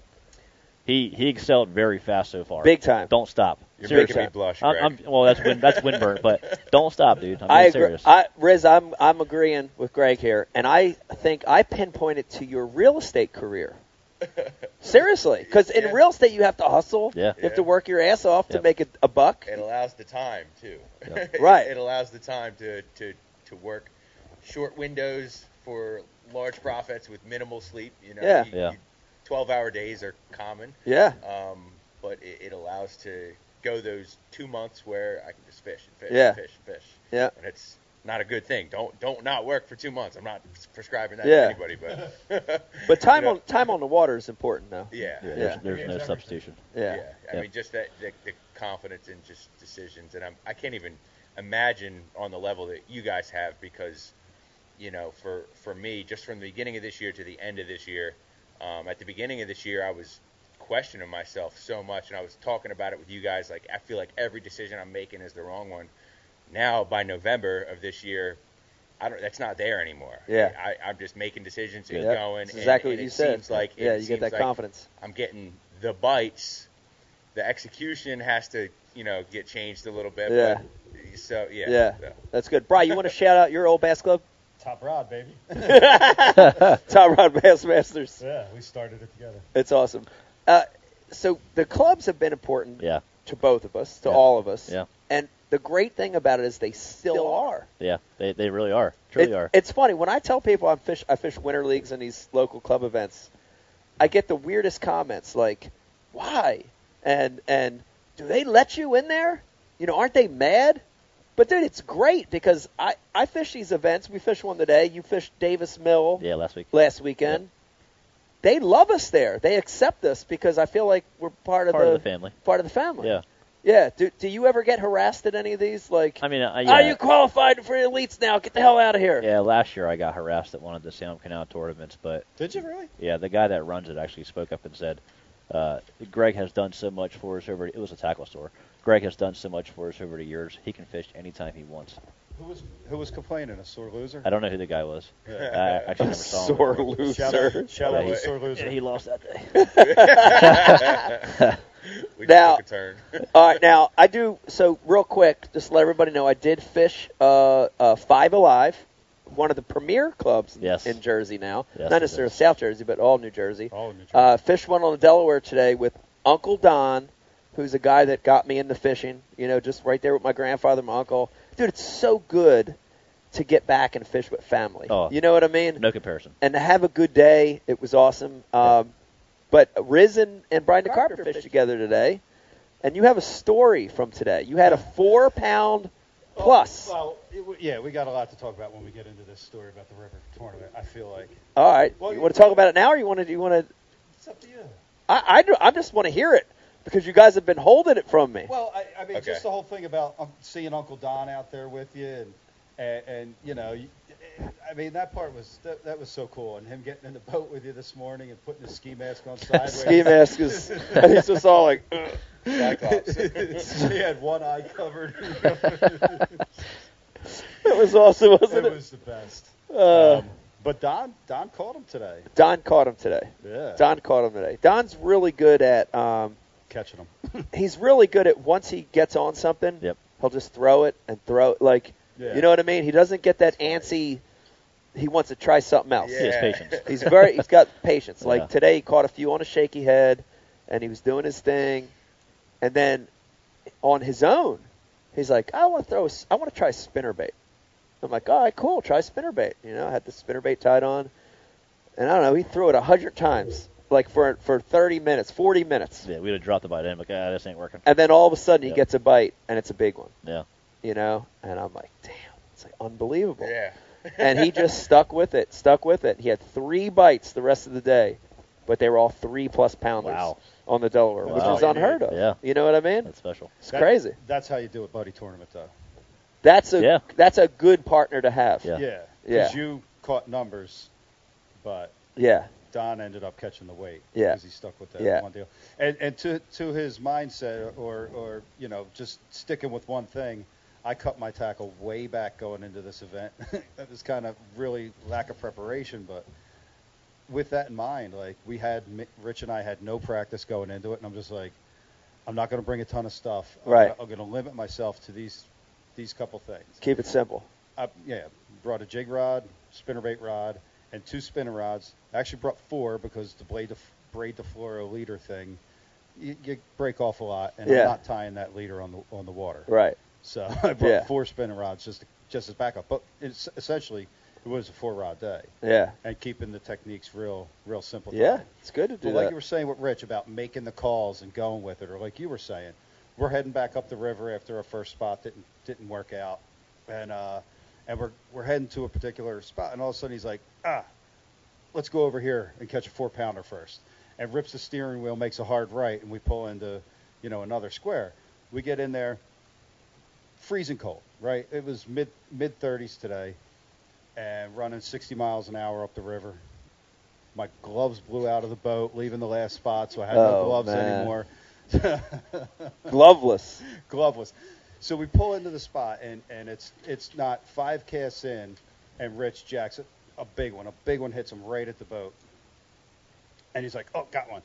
Speaker 5: He he excelled very fast so far.
Speaker 4: Big time.
Speaker 5: Don't stop.
Speaker 7: You're
Speaker 5: Seriously.
Speaker 7: making me blush,
Speaker 5: I'm,
Speaker 7: Greg.
Speaker 5: I'm- well, that's win, that's Winburn, but don't stop, dude. I'm
Speaker 4: (laughs)
Speaker 5: being
Speaker 4: I agree.
Speaker 5: serious.
Speaker 4: I, Riz, I'm I'm agreeing with Greg here, and I think I pinpointed to your real estate
Speaker 7: (laughs)
Speaker 4: career. Seriously, because in
Speaker 7: Yeah.
Speaker 4: real estate you have to hustle.
Speaker 5: Yeah.
Speaker 4: You have to
Speaker 7: Yeah.
Speaker 4: work your ass off to
Speaker 5: Yep.
Speaker 4: make a, a buck.
Speaker 7: It allows the time too. (laughs)
Speaker 5: Yeah.
Speaker 7: It-
Speaker 4: Right.
Speaker 7: It allows the time to, to, to work short windows for large profits with minimal sleep. You know,
Speaker 4: Yeah.
Speaker 7: You-
Speaker 5: Yeah.
Speaker 7: you- twelve hour days are common,
Speaker 4: Yeah.
Speaker 7: um, but it, it allows to go those two months where I can just fish and fish
Speaker 4: Yeah.
Speaker 7: and fish and fish.
Speaker 4: Yeah.
Speaker 7: And it's not a good thing. Don't don't not work for two months. I'm not prescribing that
Speaker 4: Yeah.
Speaker 7: to anybody, but
Speaker 4: But time
Speaker 7: you know,
Speaker 4: on time on the water is important, though.
Speaker 7: yeah.
Speaker 5: Yeah,
Speaker 4: Yeah.
Speaker 5: There's, there's no
Speaker 6: Yeah.
Speaker 5: substitution.
Speaker 4: Yeah.
Speaker 7: Yeah, I
Speaker 5: Yeah.
Speaker 7: mean, just that the, the confidence in just decisions, and I'm, I can't even imagine on the level that you guys have because, you know, for for me, just from the beginning of this year to the end of this year, um, at the beginning of this year, I was questioning myself so much, and I was talking about it with you guys. Like, I feel like every decision I'm making is the wrong one. Now, by November of this year, I don't. That's not there anymore.
Speaker 4: Yeah.
Speaker 7: I, I'm just making decisions and
Speaker 4: Yeah.
Speaker 7: going.
Speaker 4: That's
Speaker 7: and-
Speaker 4: exactly
Speaker 7: and
Speaker 4: what you
Speaker 7: it
Speaker 4: said.
Speaker 7: Seems like
Speaker 4: yeah,
Speaker 7: it
Speaker 4: you get
Speaker 7: seems
Speaker 4: that
Speaker 7: like
Speaker 4: confidence.
Speaker 7: I'm getting the bites. The execution has to, you know, get changed a little bit.
Speaker 4: Yeah.
Speaker 7: But, so yeah.
Speaker 4: Yeah.
Speaker 7: so,
Speaker 4: That's good. Brian, you want to shout out your old bass club?
Speaker 6: Top rod, baby.
Speaker 4: (laughs) Tyrod Bassmasters.
Speaker 6: yeah, we started it together.
Speaker 4: It's awesome. Uh, so the clubs have been important
Speaker 5: Yeah.
Speaker 4: to both of us, to
Speaker 5: Yeah.
Speaker 4: all of us.
Speaker 5: Yeah.
Speaker 4: And the great thing about it is they still are.
Speaker 5: Yeah. They they really are. Truly
Speaker 4: It-
Speaker 5: are.
Speaker 4: It's funny when I tell people I fish I fish winter leagues and these local club events, I get the weirdest comments like, "Why?" and and "Do they let you in there?" You know, aren't they mad? But dude, it's great because I I fish these events. We fish one today. You fished Davis Mill
Speaker 5: yeah. Last week.
Speaker 4: last weekend. They love us there. They accept us because I feel like we're part of
Speaker 5: Part
Speaker 4: the
Speaker 5: of the family.
Speaker 4: part of the family.
Speaker 5: Yeah.
Speaker 4: Yeah. Do Do you ever get harassed at any of these? Like,
Speaker 5: I mean, I, yeah.
Speaker 4: are you qualified for elites now? Get the hell out of here.
Speaker 5: Yeah, last year I got harassed at one of the Salem Canal tournaments, but
Speaker 6: Did you really?
Speaker 5: yeah, the guy that runs it actually spoke up and said, uh, "Greg has done so much for us over. It was a tackle store. Greg has done so much for us over the years. He can fish anytime he wants."
Speaker 6: Who was who was complaining? A sore loser.
Speaker 5: I don't know who the guy was. I
Speaker 6: Yeah.
Speaker 5: actually never saw
Speaker 4: (laughs)
Speaker 5: him.
Speaker 4: Sore
Speaker 5: before.
Speaker 6: Shout
Speaker 4: loser.
Speaker 6: out, shout out
Speaker 5: Yeah,
Speaker 6: to
Speaker 5: he-
Speaker 6: sore loser.
Speaker 5: Yeah, he lost that day.
Speaker 7: we
Speaker 4: Now-
Speaker 7: took a turn.
Speaker 4: (laughs)
Speaker 7: (laughs)
Speaker 4: All right, now I do. So real quick, just to let everybody know, I did fish uh, uh, five alive one of the premier clubs in-
Speaker 5: Yes.
Speaker 4: in Jersey now.
Speaker 5: Yes,
Speaker 4: Not
Speaker 5: it
Speaker 4: necessarily
Speaker 5: is.
Speaker 4: South Jersey, but all New Jersey.
Speaker 6: All in New Jersey.
Speaker 4: Uh, fish went on the Delaware today with Uncle Don, who's a guy that got me into fishing. You know, just right there with my grandfather, my uncle. Dude, it's so good to get back and fish with family.
Speaker 5: Oh.
Speaker 4: You know what I mean?
Speaker 5: No comparison.
Speaker 4: and to have a good day. It was awesome. Um, but Risen and Brian DeCarpenter fished together today, and you have a story from today. You had a four pound plus.
Speaker 6: Oh, Well, it, w- yeah, we got a lot to talk about when we get into this story about the river tournament. I feel like
Speaker 4: All right,
Speaker 6: Well,
Speaker 4: you
Speaker 6: you-
Speaker 4: want to talk about it now, or you want to? You want to?
Speaker 6: it's up to you.
Speaker 4: I, I, do- I just want to hear it because you guys have been holding it from me.
Speaker 6: Well, I, I mean,
Speaker 7: Okay.
Speaker 6: just the whole thing about um, seeing Uncle Don out there with you, and and, and you know, you, I mean, that part was that, that was so cool, and him getting in the boat with you this morning and putting his ski mask on
Speaker 4: (laughs)
Speaker 6: sideways.
Speaker 4: Ski
Speaker 6: (laughs)
Speaker 4: mask is. (laughs) He's just all like. (laughs) "Ugh."
Speaker 7: Cyclops.
Speaker 6: he had one eye covered. (laughs)
Speaker 4: It was awesome,
Speaker 6: it
Speaker 4: wasn't it?
Speaker 6: was the best.
Speaker 4: Uh,
Speaker 6: Um, but Don Don called him today.
Speaker 4: Don caught him today.
Speaker 6: Yeah,
Speaker 4: Don caught him today. Don's really good at. Um,
Speaker 6: catching him.
Speaker 4: he's really good at once he gets on something,
Speaker 5: Yep.
Speaker 4: he'll just throw it and throw it. Like,
Speaker 6: Yeah.
Speaker 4: you know what I mean? He doesn't get that antsy. He wants to try something else.
Speaker 5: He has
Speaker 7: Yeah.
Speaker 5: patience.
Speaker 4: He's very. He's
Speaker 5: (laughs)
Speaker 4: got patience. Like
Speaker 5: Yeah.
Speaker 4: today, he caught a few on a shaky head, and he was doing his thing, and then on his own, he's like, I want to throw. a s- I want to try spinnerbait. I'm like, all right, cool, try spinnerbait. You know, I had the spinnerbait tied on, and I don't know. He threw it a hundred times, like for for 30 minutes, 40 minutes
Speaker 5: Yeah, we'd have dropped the bite in, but ah, this ain't working.
Speaker 4: and then all of a sudden he
Speaker 5: Yeah.
Speaker 4: gets a bite and it's a big one
Speaker 5: Yeah.
Speaker 4: you know and i'm like damn it's like unbelievable
Speaker 7: yeah.
Speaker 4: and he just stuck with it stuck with it he had three bites the rest of the day but they were all three plus pounders
Speaker 5: Wow.
Speaker 4: on the delaware which
Speaker 5: Wow.
Speaker 4: is unheard of
Speaker 5: Yeah.
Speaker 4: you know what i mean
Speaker 5: That's special.
Speaker 4: it's crazy
Speaker 6: That's how you do a buddy tournament, though.
Speaker 4: that's a
Speaker 5: Yeah.
Speaker 4: that's a good partner to have
Speaker 5: Yeah.
Speaker 6: Yeah.
Speaker 4: Yeah.
Speaker 6: Because you caught numbers, but
Speaker 4: yeah
Speaker 6: Don ended up catching the weight.
Speaker 4: Yeah.
Speaker 6: Because he stuck with that
Speaker 4: Yeah.
Speaker 6: one deal. And and to to his mindset or or you know just sticking with one thing. I cut my tackle way back going into this event. (laughs) that was kind of really lack of preparation, but with that in mind, like we had Mi- Rich and I had no practice going into it, and I'm just like, I'm not going to bring a ton of stuff. I'm
Speaker 4: Right.
Speaker 6: gonna- I'm going to limit myself to these these couple things.
Speaker 4: keep it simple
Speaker 6: I, yeah, brought a jig rod, spinnerbait rod, and two spinner rods. I actually brought four because the blade, def- braid to fluoro leader thing, you, you break off a lot, and
Speaker 4: Yeah.
Speaker 6: I'm not tying that leader on the on the water.
Speaker 4: right
Speaker 6: So (laughs) I brought
Speaker 4: Yeah.
Speaker 6: four spinner rods just to, just as backup. But it's essentially, it was a four rod day,
Speaker 4: yeah
Speaker 6: and keeping the techniques real real simple.
Speaker 4: yeah it's good to do
Speaker 6: But
Speaker 4: that
Speaker 6: like you were saying with Rich about making the calls and going with it, or like you were saying, we're heading back up the river after our first spot didn't didn't work out, and uh, and we're we're heading to a particular spot, and all of a sudden he's like, ah, let's go over here and catch a four pounder first, and rips the steering wheel, makes a hard right, and we pull into, you know, another square. We get in there, freezing cold, right? It was mid mid 30s today, and running 60 miles an hour up the river. My gloves blew out of the boat, leaving the last spot, so I had
Speaker 4: Oh,
Speaker 6: no gloves
Speaker 4: man.
Speaker 6: anymore.
Speaker 4: gloveless
Speaker 6: gloveless. So we pull into the spot, and, and it's it's not five casts in, and Rich jacks a, a big one. A big one hits him right at the boat, and he's like, "Oh, got one!"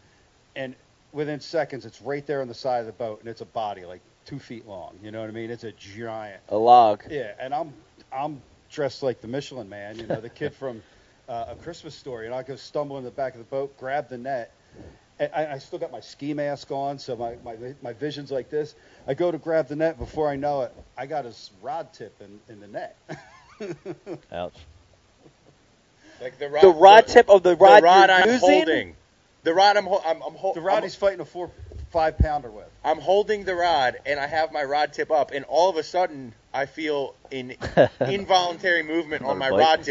Speaker 6: And within seconds, it's right there on the side of the boat, and it's a body like two feet long. You know what I mean? It's a giant.
Speaker 4: a log
Speaker 6: Yeah, and I'm I'm dressed like the Michelin Man, you know, the kid from uh, A Christmas Story, and I go stumble in the back of the boat, grab the net, and I, I still got my ski mask on, so my, my my vision's like this. I go to grab the net, before I know it, I got his rod tip in, in the net.
Speaker 5: Ouch.
Speaker 7: Like the rod.
Speaker 4: the rod tip of the
Speaker 7: The
Speaker 4: rod,
Speaker 7: rod,
Speaker 4: you're
Speaker 7: I'm
Speaker 4: using?
Speaker 7: holding. The rod I'm, hol- I'm, I'm holding.
Speaker 6: The rod he's fighting a four five pounder with.
Speaker 7: I'm holding the rod and I have my rod tip up, and all of a sudden I feel
Speaker 5: (laughs)
Speaker 7: an involuntary movement on my
Speaker 5: Another bite.
Speaker 7: rod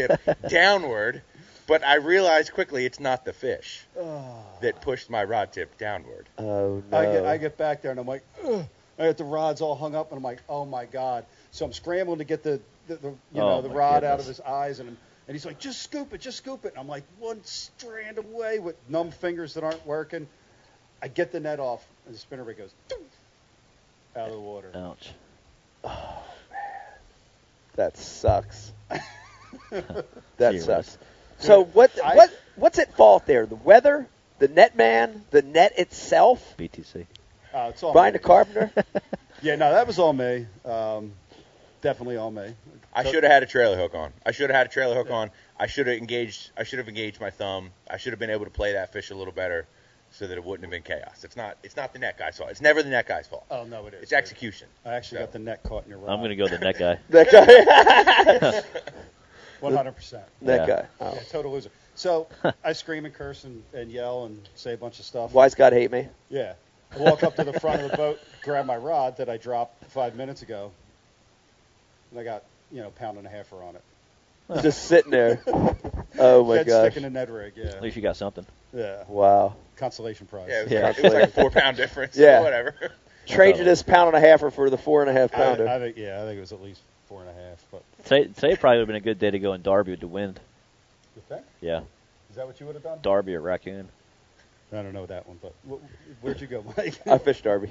Speaker 5: (laughs)
Speaker 7: tip downward, but I realize quickly it's not the fish that pushed my rod tip downward.
Speaker 4: oh no
Speaker 6: I get I get back there and I'm like, Ugh. I got the rods all hung up and I'm like, oh my god. So I'm scrambling to get the, the, the you
Speaker 5: Oh,
Speaker 6: know the
Speaker 5: my
Speaker 6: rod out of
Speaker 5: goodness.
Speaker 6: his eyes and and he's like, just scoop it, just scoop it. And I'm like one strand away with numb fingers that aren't working. I get the net off and the spinnerbait goes "Doof," out of the water.
Speaker 5: Ouch.
Speaker 4: That sucks. (laughs) that
Speaker 5: Gee whiz.
Speaker 4: sucks. So what
Speaker 6: I-
Speaker 4: what what's at fault there? The weather, the net man, the net itself,
Speaker 5: BTC. Oh.
Speaker 6: Uh, it's all
Speaker 4: Brian
Speaker 6: me.
Speaker 4: the carpenter.
Speaker 6: Yeah, no, that was all me. Um, definitely all me.
Speaker 7: I should have had a trailer hook on. I should have had a trailer hook on. I should have engaged. I should have engaged my thumb. I should have been able to play that fish a little better, so that it wouldn't have been chaos. It's not. It's not the net guy's fault. It's never the net guy's fault.
Speaker 6: Oh no, it is.
Speaker 7: It's execution.
Speaker 6: I actually
Speaker 7: so.
Speaker 6: got the net caught in your rod.
Speaker 5: I'm gonna go the net guy.
Speaker 4: That guy.
Speaker 6: 100. percent
Speaker 4: (laughs) that
Speaker 5: Yeah.
Speaker 4: guy. Oh.
Speaker 6: Yeah, total loser.
Speaker 4: (laughs)
Speaker 6: So I scream and curse and, and yell and say a bunch of stuff.
Speaker 4: Why's God hate me?
Speaker 6: Yeah. I walk up to the front of the boat, grab my rod that I dropped five minutes ago, and I got you know pound and a half on it.
Speaker 4: Just sitting there. Oh my
Speaker 6: Dead
Speaker 4: gosh.
Speaker 6: stick in the net rig.
Speaker 5: At
Speaker 6: Yeah.
Speaker 5: least you got something.
Speaker 6: Yeah.
Speaker 4: Wow.
Speaker 6: Consolation prize.
Speaker 7: Yeah, it was,
Speaker 4: Yeah.
Speaker 7: Like, it was like a four pound difference.
Speaker 4: Yeah.
Speaker 7: whatever. (laughs)
Speaker 4: Trade you this pound and a halfer for the four and a half
Speaker 6: I,
Speaker 4: pounder.
Speaker 6: I think yeah, I think it was at least four and a half. But
Speaker 5: Today, today probably would have been a good day to go in Darby with the wind.
Speaker 6: you think?
Speaker 5: Yeah,
Speaker 6: Is that what you would have done?
Speaker 5: Darby or Raccoon.
Speaker 6: I don't know that one, but wh- where'd you go,
Speaker 4: (laughs)
Speaker 6: Mike?
Speaker 4: I fished
Speaker 6: (laughs)
Speaker 4: Darby.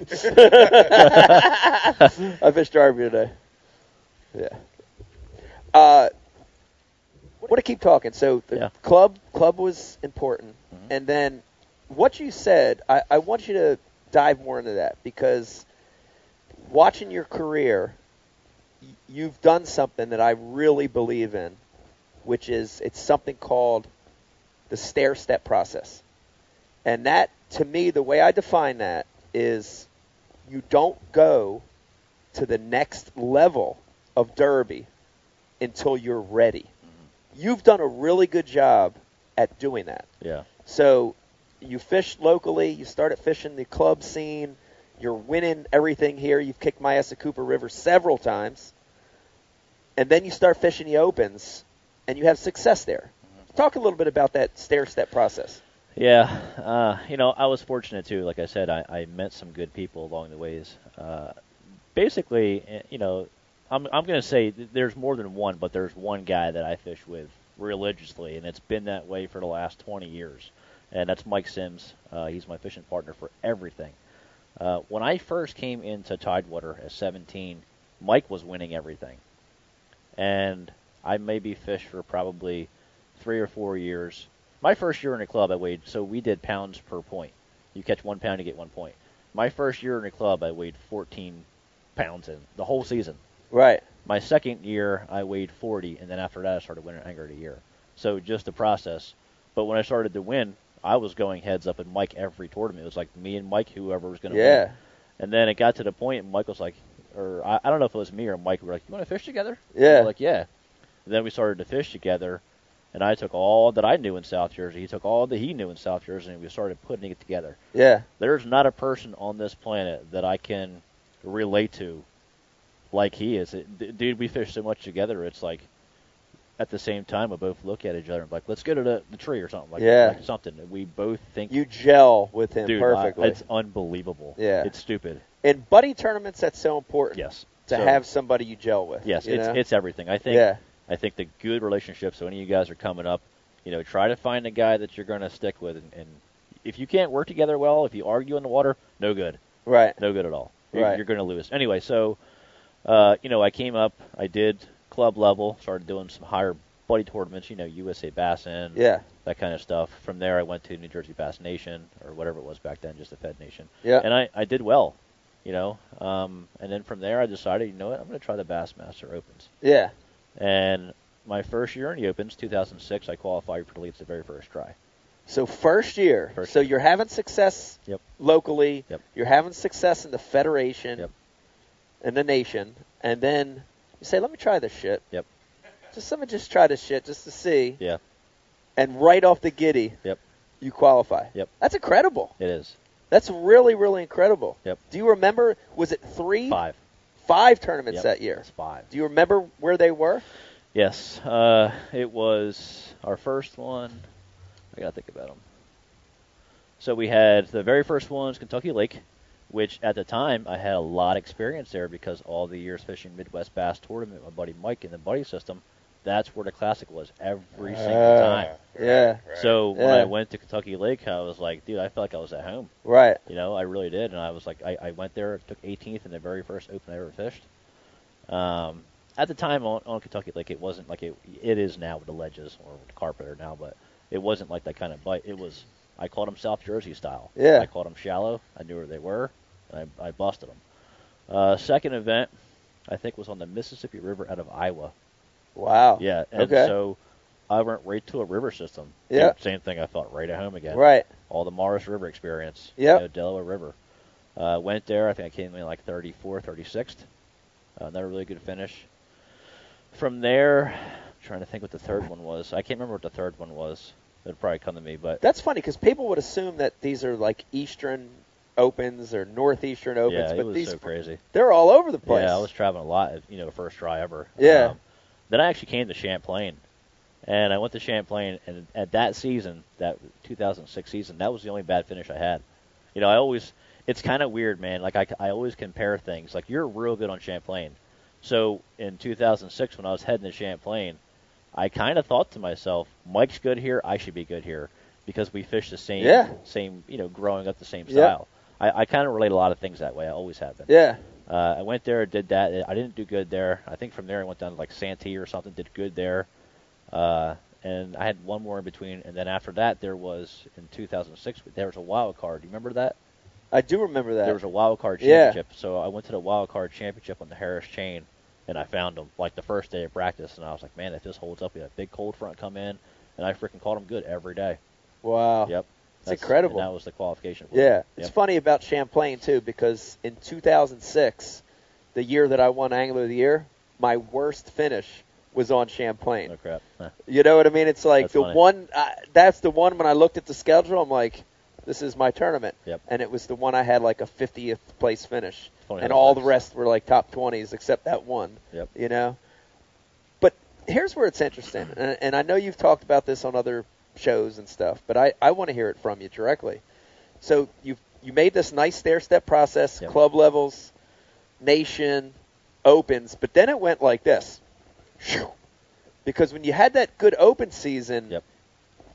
Speaker 4: I fished Darby today. Yeah. Uh, what to keep talking? So the
Speaker 5: Yeah.
Speaker 4: club club was important, and then what you said, I, I want you to dive more into that because watching your career, y- you've done something that I really believe in, which is it's something called the stair step process. And that, to me, the way I define that is you don't go to the next level of Derby until you're ready. You've done a really good job at doing that.
Speaker 5: Yeah,
Speaker 4: So you fished locally, you started fishing the club scene, you're winning everything here. You've kicked my ass at Cooper River several times. And then you start fishing the opens and you have success there. Talk a little bit about that stair step process.
Speaker 5: yeah. Uh, you know, I was fortunate too. Like I said, I, I met some good people along the ways. Uh, basically, eh, you know, I'm I'm gonna say th- there's more than one, but there's one guy that I fish with religiously, and it's been that way for the last 20 years. And that's Mike Sims. Uh, he's my fishing partner for everything. Uh, when I first came into Tidewater at 17, Mike was winning everything. And I maybe fished for probably three or four years. My first year in a club, I weighed, so we did pounds per point. You catch one pound, you get one point. My first year in a club, I weighed 14 pounds in the whole season.
Speaker 4: Right.
Speaker 5: My second year, I weighed 40, and then after that, I started winning anchor a year. So just the process. But when I started to win, I was going heads up, and Mike every tournament. It was like me and Mike, whoever was going to
Speaker 4: Yeah.
Speaker 5: win. And then it got to the point, Mike was like, or I, I don't know if it was me or Mike, we were like, you want to fish together?
Speaker 4: Yeah.
Speaker 5: We were like, yeah. And then we started to fish together, and I took all that I knew in South Jersey. He took all that he knew in South Jersey, and we started putting it together.
Speaker 4: Yeah.
Speaker 5: There's not a person on this planet that I can relate to like he is. It, d- dude, we fish so much together. It's like at the same time, we both look at each other and be like, let's go to the, the tree or something. Like,
Speaker 4: Yeah.
Speaker 5: like something. We both think
Speaker 4: You gel with him
Speaker 5: dude, I-
Speaker 4: perfectly.
Speaker 5: it's unbelievable.
Speaker 4: Yeah.
Speaker 5: It's stupid.
Speaker 4: In buddy tournaments, that's so important.
Speaker 5: Yes.
Speaker 4: To
Speaker 5: So-
Speaker 4: have somebody you gel with.
Speaker 5: Yes,
Speaker 4: you
Speaker 5: it's
Speaker 4: know?
Speaker 5: it's everything. I think
Speaker 4: Yeah.
Speaker 5: I think the good relationships. So any of you guys are coming up, you know, try to find a guy that you're going to stick with, and, and if you can't work together well, if you argue in the water, no good,
Speaker 4: right.
Speaker 5: no good at all. You're,
Speaker 4: Right.
Speaker 5: you're going to lose anyway. So, uh, you know, I came up, I did club level, started doing some higher buddy tournaments, you know, USA Bassin,
Speaker 4: Yeah.
Speaker 5: that kind of stuff. From there, I went to New Jersey Bass Nation or whatever it was back then, just the Fed Nation.
Speaker 4: Yeah.
Speaker 5: And I, I did well, you know. Um, and then from there, I decided, you know what, I'm going to try the Bassmaster Opens.
Speaker 4: Yeah.
Speaker 5: And my first year in the Opens, 2006, I qualified for the leads the very first try.
Speaker 4: So first year.
Speaker 5: First
Speaker 4: so
Speaker 5: year.
Speaker 4: you're having success
Speaker 5: Yep.
Speaker 4: locally.
Speaker 5: Yep.
Speaker 4: You're having success in the federation
Speaker 5: Yep.
Speaker 4: and the nation, and then you say, "Let me try this shit."
Speaker 5: Yep.
Speaker 4: Just let me just try this shit just to see.
Speaker 5: Yeah,
Speaker 4: And right off the giddy.
Speaker 5: Yep.
Speaker 4: You qualify.
Speaker 5: Yep.
Speaker 4: That's incredible.
Speaker 5: it is.
Speaker 4: That's really really incredible.
Speaker 5: Yep.
Speaker 4: Do you remember? Was it three,
Speaker 5: Five.
Speaker 4: five tournaments
Speaker 5: Yep,
Speaker 4: that year?
Speaker 5: It's five.
Speaker 4: Do you remember where they were?
Speaker 5: Yes. Uh, it was our first one. I gotta think about them. So we had the very first one's Kentucky Lake, which at the time I had a lot of experience there because all the years fishing Midwest Bass Tournament, with my buddy Mike in the buddy system, that's where the classic was every single
Speaker 4: Ah.
Speaker 5: time.
Speaker 4: Yeah.
Speaker 7: Right.
Speaker 5: So when I
Speaker 4: Yeah.
Speaker 5: went to Kentucky Lake, I was like, dude, I felt like I was at home.
Speaker 4: Right.
Speaker 5: You know, I really did, and I was like, I, I went there, took 18th in the very first open I ever fished. Um, at the time on, on Kentucky Lake, it wasn't like it, it is now with the ledges or with the carpet or now, but it wasn't like that kind of bite. It was I caught them South Jersey style.
Speaker 4: Yeah.
Speaker 5: I caught them shallow. I knew where they were, and I, I busted them. Uh, second event I think was on the Mississippi River out of Iowa.
Speaker 4: Wow.
Speaker 5: Yeah, and
Speaker 4: okay.
Speaker 5: so I went right to a river system.
Speaker 4: Yeah.
Speaker 5: same thing. I felt right at home again.
Speaker 4: Right.
Speaker 5: All the Morris River experience.
Speaker 4: Yep.
Speaker 5: you know, Delaware River. Uh, went there. I think I came in like 34, 36th. Uh, another really good finish. From there, I'm trying to think what the third one was. I can't remember what the third one was. It'd probably come to me, but
Speaker 4: That's funny because people would assume that these are like Eastern Opens or Northeastern Opens,
Speaker 5: yeah, it
Speaker 4: but
Speaker 5: was
Speaker 4: these
Speaker 5: so crazy.
Speaker 4: they're all over the place.
Speaker 5: Yeah, I was traveling a lot. You know, first try ever. Um,
Speaker 4: Yeah.
Speaker 5: then I actually came to Champlain, and I went to Champlain, and at that season, that 2006 season, that was the only bad finish I had. You know, I always, it's kind of weird, man. Like I, I always compare things. Like you're real good on Champlain, so in 2006 when I was heading to Champlain, I kind of thought to myself, Mike's good here, I should be good here because we fish the same,
Speaker 4: Yeah.
Speaker 5: same, you know, growing up the same
Speaker 4: Yeah.
Speaker 5: style. I, I kind of relate a lot of things that way. I always have been.
Speaker 4: yeah.
Speaker 5: Uh, I went there, did that. I didn't do good there. I think from there I went down to like Santee or something, did good there. Uh, and I had one more in between, and then after that there was in 2006 there was a wild card. Do you remember that?
Speaker 4: I do remember that.
Speaker 5: There was a wild card
Speaker 4: Yeah.
Speaker 5: championship. So I went to the wild card championship on the Harris chain, and I found them like the first day of practice, and I was like, man, if this holds up, we had a big cold front come in, and I freaking caught them good every day.
Speaker 4: wow.
Speaker 5: Yep,
Speaker 4: It's incredible.
Speaker 5: And that was the qualification. for it.
Speaker 4: Yeah, it's
Speaker 5: Yep.
Speaker 4: funny about Champlain too because in 2006, the year that I won Angler of the Year, my worst finish was on Champlain.
Speaker 5: No crap. (laughs) Huh.
Speaker 4: You know what I mean? It's like
Speaker 5: That's
Speaker 4: the
Speaker 5: funny.
Speaker 4: one. Uh, that's the one when I looked at the schedule, I'm like, this is my tournament.
Speaker 5: Yep.
Speaker 4: And it was the one I had like a 50th place finish,
Speaker 5: Funny how
Speaker 4: and
Speaker 5: that
Speaker 4: all the
Speaker 5: works.
Speaker 4: rest were like top 20s except that one.
Speaker 5: Yep.
Speaker 4: You know. But here's where it's interesting, and, and I know you've talked about this on other shows and stuff, but I, I want to hear it from you directly. So you you made this nice stair step process,
Speaker 5: Yep.
Speaker 4: club levels, nation, opens, but then it went like this. Shoo. Because when you had that good open season,
Speaker 5: Yep.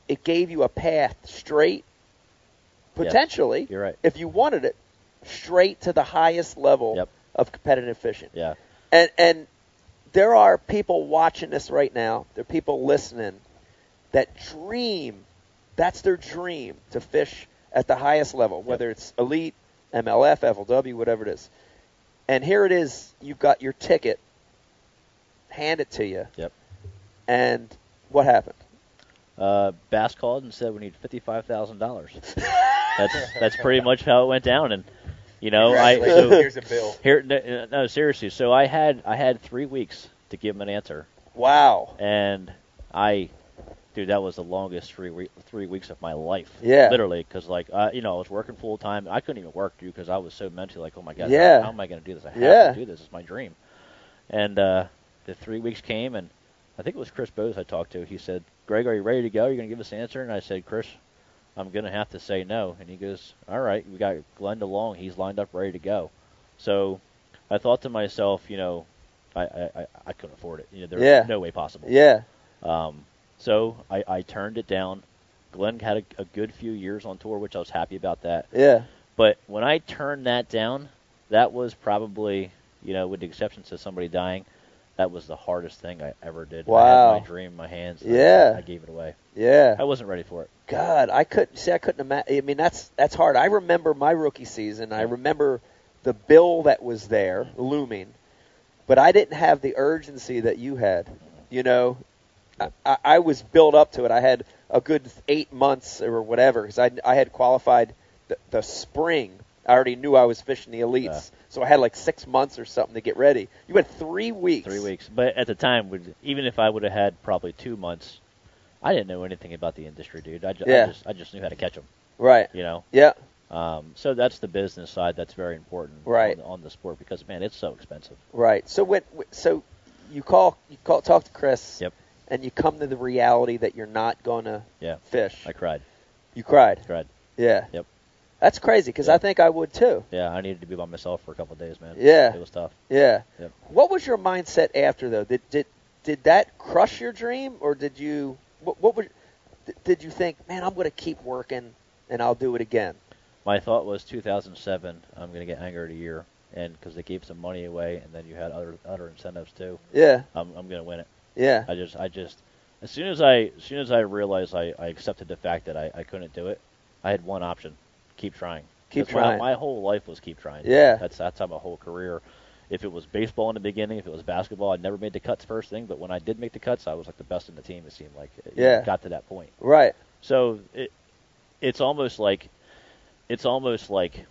Speaker 4: it gave you a path straight,
Speaker 5: Yes.
Speaker 4: potentially,
Speaker 5: You're right.
Speaker 4: if you wanted it, straight to the highest level
Speaker 5: Yep.
Speaker 4: of competitive fishing.
Speaker 5: Yeah.
Speaker 4: And and there are people watching this right now. There are people listening that dream. That's their dream to fish at the highest level, whether it's elite, MLF, FLW, whatever it is. And here it is. You've got your ticket. Hand it to you.
Speaker 5: Yep.
Speaker 4: And what happened?
Speaker 5: uh, Bass called and said we need fifty-five thousand dollars. that's that's pretty much how it went down, and you know I
Speaker 7: Congratulations,
Speaker 5: so
Speaker 7: here's a bill.
Speaker 5: here no, no seriously. So I had I had three weeks to give him an answer,
Speaker 4: Wow.
Speaker 5: and I, dude, that was the longest three week, three weeks of my life.
Speaker 4: Yeah.
Speaker 5: literally, because like uh, you know I was working full time, I couldn't even work, dude, because I was so mentally like, oh my god,
Speaker 4: Yeah.
Speaker 5: how, how am I going to do this? I have
Speaker 4: Yeah.
Speaker 5: to do this. It's my dream. And uh, the three weeks came, and I think it was Chris Bose I talked to. He said, Greg, are you ready to go? You're going to give us an answer? And I said, Chris, I'm going to have to say no. And he goes, All right, we got Glenn DeLong. He's lined up ready to go. So I thought to myself, you know, I, I, I- I couldn't afford it. You know, there's
Speaker 4: Yeah.
Speaker 5: no way possible.
Speaker 4: Yeah.
Speaker 5: Um, so I, I turned it down. Glenn had a, a good few years on tour, which I was happy about that.
Speaker 4: Yeah.
Speaker 5: But when I turned that down, that was probably, you know, with the exceptions of somebody dying, that was the hardest thing I ever did. I
Speaker 4: Wow.
Speaker 5: had my dream in my hands. and
Speaker 4: Yeah.
Speaker 5: I, I gave it away.
Speaker 4: Yeah.
Speaker 5: I wasn't ready for it.
Speaker 4: God, I couldn't see. I couldn't imagine. I mean, that's that's hard. I remember my rookie season. I remember the bill that was there looming, but I didn't have the urgency that you had. You know, I, I, I was built up to it. I had a good eight months or whatever because I I had qualified the, the spring. I already knew I was fishing the elites,
Speaker 5: Yeah.
Speaker 4: so I had like six months or something to get ready. You had three weeks.
Speaker 5: Three weeks. But at the time, would- even if I would have had probably two months, I didn't know anything about the industry, dude. I, ju-
Speaker 4: Yeah.
Speaker 5: I just I just knew how to catch them,
Speaker 4: Right.
Speaker 5: you know.
Speaker 4: Yeah.
Speaker 5: Um, so that's the business side that's very important
Speaker 4: Right.
Speaker 5: on, on the sport because man, it's so expensive.
Speaker 4: Right. So when so you call you call talk to Chris.
Speaker 5: Yep.
Speaker 4: And you come to the reality that you're not gonna
Speaker 5: Yeah,
Speaker 4: fish.
Speaker 5: I cried,
Speaker 4: you cried.
Speaker 5: cried.
Speaker 4: Yeah.
Speaker 5: Yep.
Speaker 4: That's crazy because I
Speaker 5: Yep.
Speaker 4: think I would too.
Speaker 5: Yeah, I needed to be by myself for a couple of days, man.
Speaker 4: Yeah.
Speaker 5: it was tough.
Speaker 4: Yeah.
Speaker 5: Yep.
Speaker 4: What was your mindset after though? Did did did that crush your dream or did you what what would d- did you think? Man, I'm gonna keep working and I'll do it again.
Speaker 5: My thought was 2007. I'm gonna get angered a year, and because they gave some money away, and then you had other other incentives too.
Speaker 4: Yeah.
Speaker 5: I'm, I'm gonna win it.
Speaker 4: Yeah.
Speaker 5: I just I just as soon as I as soon as I realized I, I accepted the fact that I, I couldn't do it, I had one option: keep trying.
Speaker 4: Keep
Speaker 5: That's my-
Speaker 4: trying.
Speaker 5: My, whole life was keep trying.
Speaker 4: Yeah.
Speaker 5: That's that's how my whole career. If it was baseball in the beginning, if it was basketball, I never made the cuts first thing. But when I did make the cuts, I was like the best in the team. It seemed like it
Speaker 4: Yeah.
Speaker 5: got to that point.
Speaker 4: Right.
Speaker 5: So it, it's almost like, it's almost like,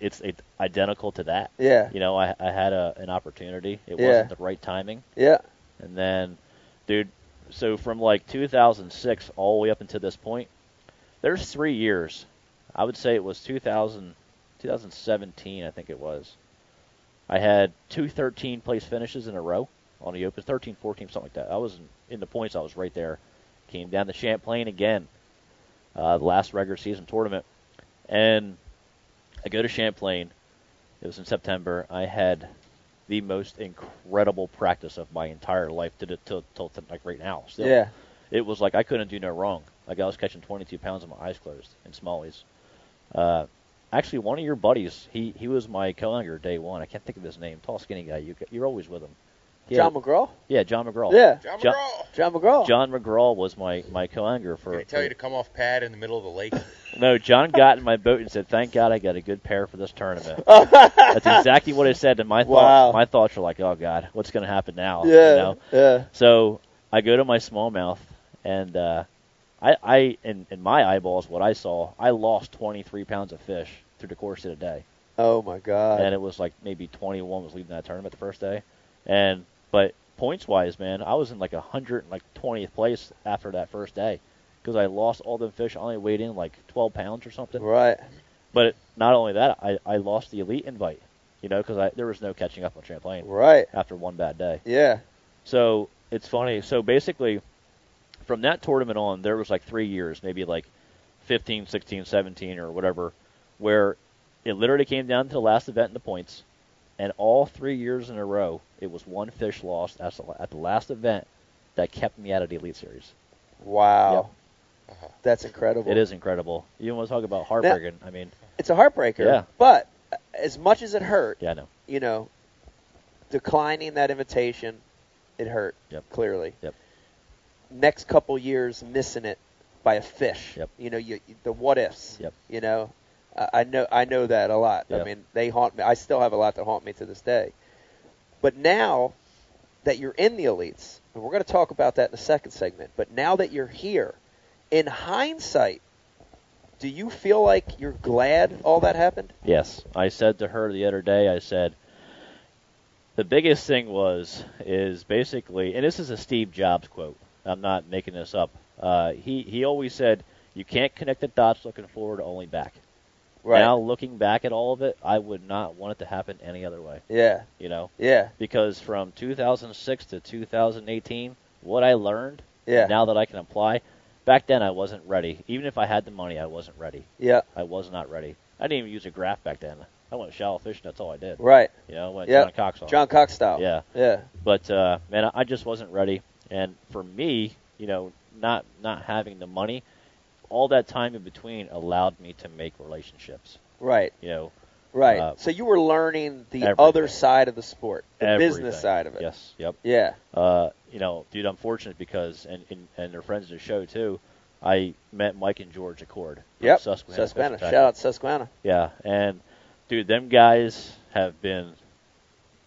Speaker 5: it's, it's identical to that.
Speaker 4: Yeah.
Speaker 5: You know, I, I had a, an opportunity. It
Speaker 4: Yeah.
Speaker 5: wasn't the right timing.
Speaker 4: Yeah.
Speaker 5: And then, dude, so from like 2006 all the way up until this point, there's three years. I would say it was 2000, 2017, I think it was. I had two 13 place finishes in a row on the Open, 13, 14, something like that. I was in, in the points, I was right there. Came down to Champlain again, uh, the last regular season tournament. And I go to Champlain. It was in September. I had the most incredible practice of my entire life to the, till till to, like right now. Still,
Speaker 4: Yeah.
Speaker 5: it was like I couldn't do no wrong. Like I was catching 22 pounds with my eyes closed in smallies. Uh, actually, one of your buddies, he he was my co-anchor day one. I can't think of his name. Tall, skinny guy. You you're always with him. He
Speaker 4: John
Speaker 5: had-
Speaker 4: McGraw.
Speaker 5: yeah, John McGraw.
Speaker 4: Yeah.
Speaker 7: John
Speaker 5: Jo-
Speaker 7: McGraw.
Speaker 4: John McGraw.
Speaker 5: John McGraw was my my co-anchor for.
Speaker 7: Did he tell you
Speaker 5: for-
Speaker 7: to come off pad in the middle of the lake?
Speaker 5: (laughs) no, John got in my boat and said, "Thank God I got a good pair for
Speaker 4: (laughs)
Speaker 5: this tournament." That's exactly what I said, and my
Speaker 4: Wow.
Speaker 5: thoughts, my thoughts were like, "Oh God, what's going to happen now?"
Speaker 4: yeah.
Speaker 5: You know?
Speaker 4: Yeah.
Speaker 5: So I go to my smallmouth, and uh, I, I in, in my eyeballs, what I saw, I lost 23 pounds of fish through the course of the day,
Speaker 4: Oh my God.
Speaker 5: and it was like maybe 21 was leaving that tournament the first day, and but points wise, man, I was in like 100 like 20th place after that first day because I lost all them fish. I only weighed in like 12 pounds or something.
Speaker 4: right.
Speaker 5: But not only that, I, I lost the elite invite, you know, because there was no catching up on Champlain
Speaker 4: Right.
Speaker 5: after one bad day.
Speaker 4: Yeah.
Speaker 5: So it's funny. So basically, from that tournament on, there was like three years, maybe like 15, 16, 17, or whatever, where it literally came down to the last event in the points, and all three years in a row, it was one fish lost at the, at the last event that kept me out of the Elite Series.
Speaker 4: Wow.
Speaker 7: Yep.
Speaker 4: That's incredible.
Speaker 5: It is incredible. You want to talk about heartbreaking? I mean,
Speaker 4: It's a heartbreaker.
Speaker 5: Yeah.
Speaker 4: But as much as it hurt,
Speaker 5: yeah, I know.
Speaker 4: you know, declining that invitation, it hurt.
Speaker 5: Yep.
Speaker 4: Clearly.
Speaker 5: Yep.
Speaker 4: Next couple years missing it by a fish.
Speaker 5: Yep.
Speaker 4: You know, you, you- the what ifs.
Speaker 5: Yep.
Speaker 4: You know, I, I know I know that a lot. I
Speaker 5: Yep.
Speaker 4: mean, they haunt me. I still have a lot that haunt me to this day. But now that you're in the elites, and we're going to talk about that in the second segment. But now that you're here, in hindsight, do you feel like you're glad all that happened?
Speaker 5: Yes, I said to her the other day. I said the biggest thing was is basically, and this is a Steve Jobs quote. I'm not making this up. Uh, he he always said you can't connect the dots looking forward, only back. Now looking back at all of it, I would not want it to happen any other way.
Speaker 4: Yeah.
Speaker 5: You know,
Speaker 4: Yeah.
Speaker 5: because from 2006 to 2018, what I learned,
Speaker 4: Yeah.
Speaker 5: now that I can apply, back then I wasn't ready. Even if I had the money, I wasn't ready.
Speaker 4: Yeah.
Speaker 5: I was not ready. I didn't even use a graph back then. I went shallow fishing. That's all I did.
Speaker 4: Right.
Speaker 5: You know, I went
Speaker 4: Yeah.
Speaker 5: John Cox on.
Speaker 4: John Cox style.
Speaker 5: Yeah.
Speaker 4: Yeah.
Speaker 5: But uh, man, I- I just wasn't ready. And for me, you know, not not having the money, all that time in between allowed me to make relationships.
Speaker 4: Right.
Speaker 5: You know,
Speaker 4: Right.
Speaker 5: Uh,
Speaker 4: so you were learning the
Speaker 5: everything.
Speaker 4: other side of the sport, the
Speaker 5: everything.
Speaker 4: business side of it.
Speaker 5: Yes. Yep.
Speaker 4: Yeah.
Speaker 5: Uh, you know, dude, I'm fortunate because and and, and they're friends of the show too. I met Mike and George Accord. from
Speaker 4: Yep.
Speaker 5: Susquehanna.
Speaker 4: Susquehanna.
Speaker 5: Fishing
Speaker 4: Shout out Susquehanna.
Speaker 5: Yeah, and dude, them guys have been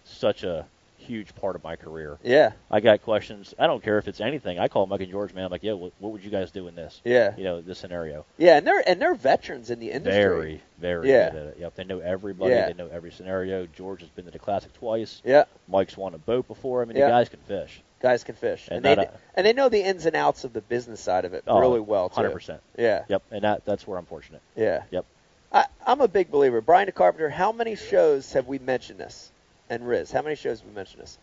Speaker 5: such a huge part of my career.
Speaker 4: Yeah.
Speaker 5: I got questions. I don't care if it's anything. I call Mike and George, man. I'm like, yeah, what, what would you guys do in this?
Speaker 4: Yeah.
Speaker 5: You know, this scenario.
Speaker 4: Yeah. And they're and they're veterans in the industry.
Speaker 5: Very, very
Speaker 4: Yeah.
Speaker 5: good at it. Yep, they know everybody.
Speaker 4: Yeah.
Speaker 5: They know every scenario. George has been to the classic twice.
Speaker 4: Yeah.
Speaker 5: Mike's won a boat before. I mean,
Speaker 4: Yeah.
Speaker 5: the guys can fish.
Speaker 4: Guys can fish, and,
Speaker 5: And
Speaker 4: they
Speaker 5: that, uh,
Speaker 4: and they know the ins and outs of the business side of it
Speaker 5: Oh,
Speaker 4: really well too.
Speaker 5: 100%.
Speaker 4: Yeah.
Speaker 5: Yep, and that that's where I'm fortunate.
Speaker 4: Yeah.
Speaker 5: Yep.
Speaker 4: I, I'm a big believer. Brian DeCarpenter, how many shows have we mentioned this? And Riz, how many shows have we mentioned this?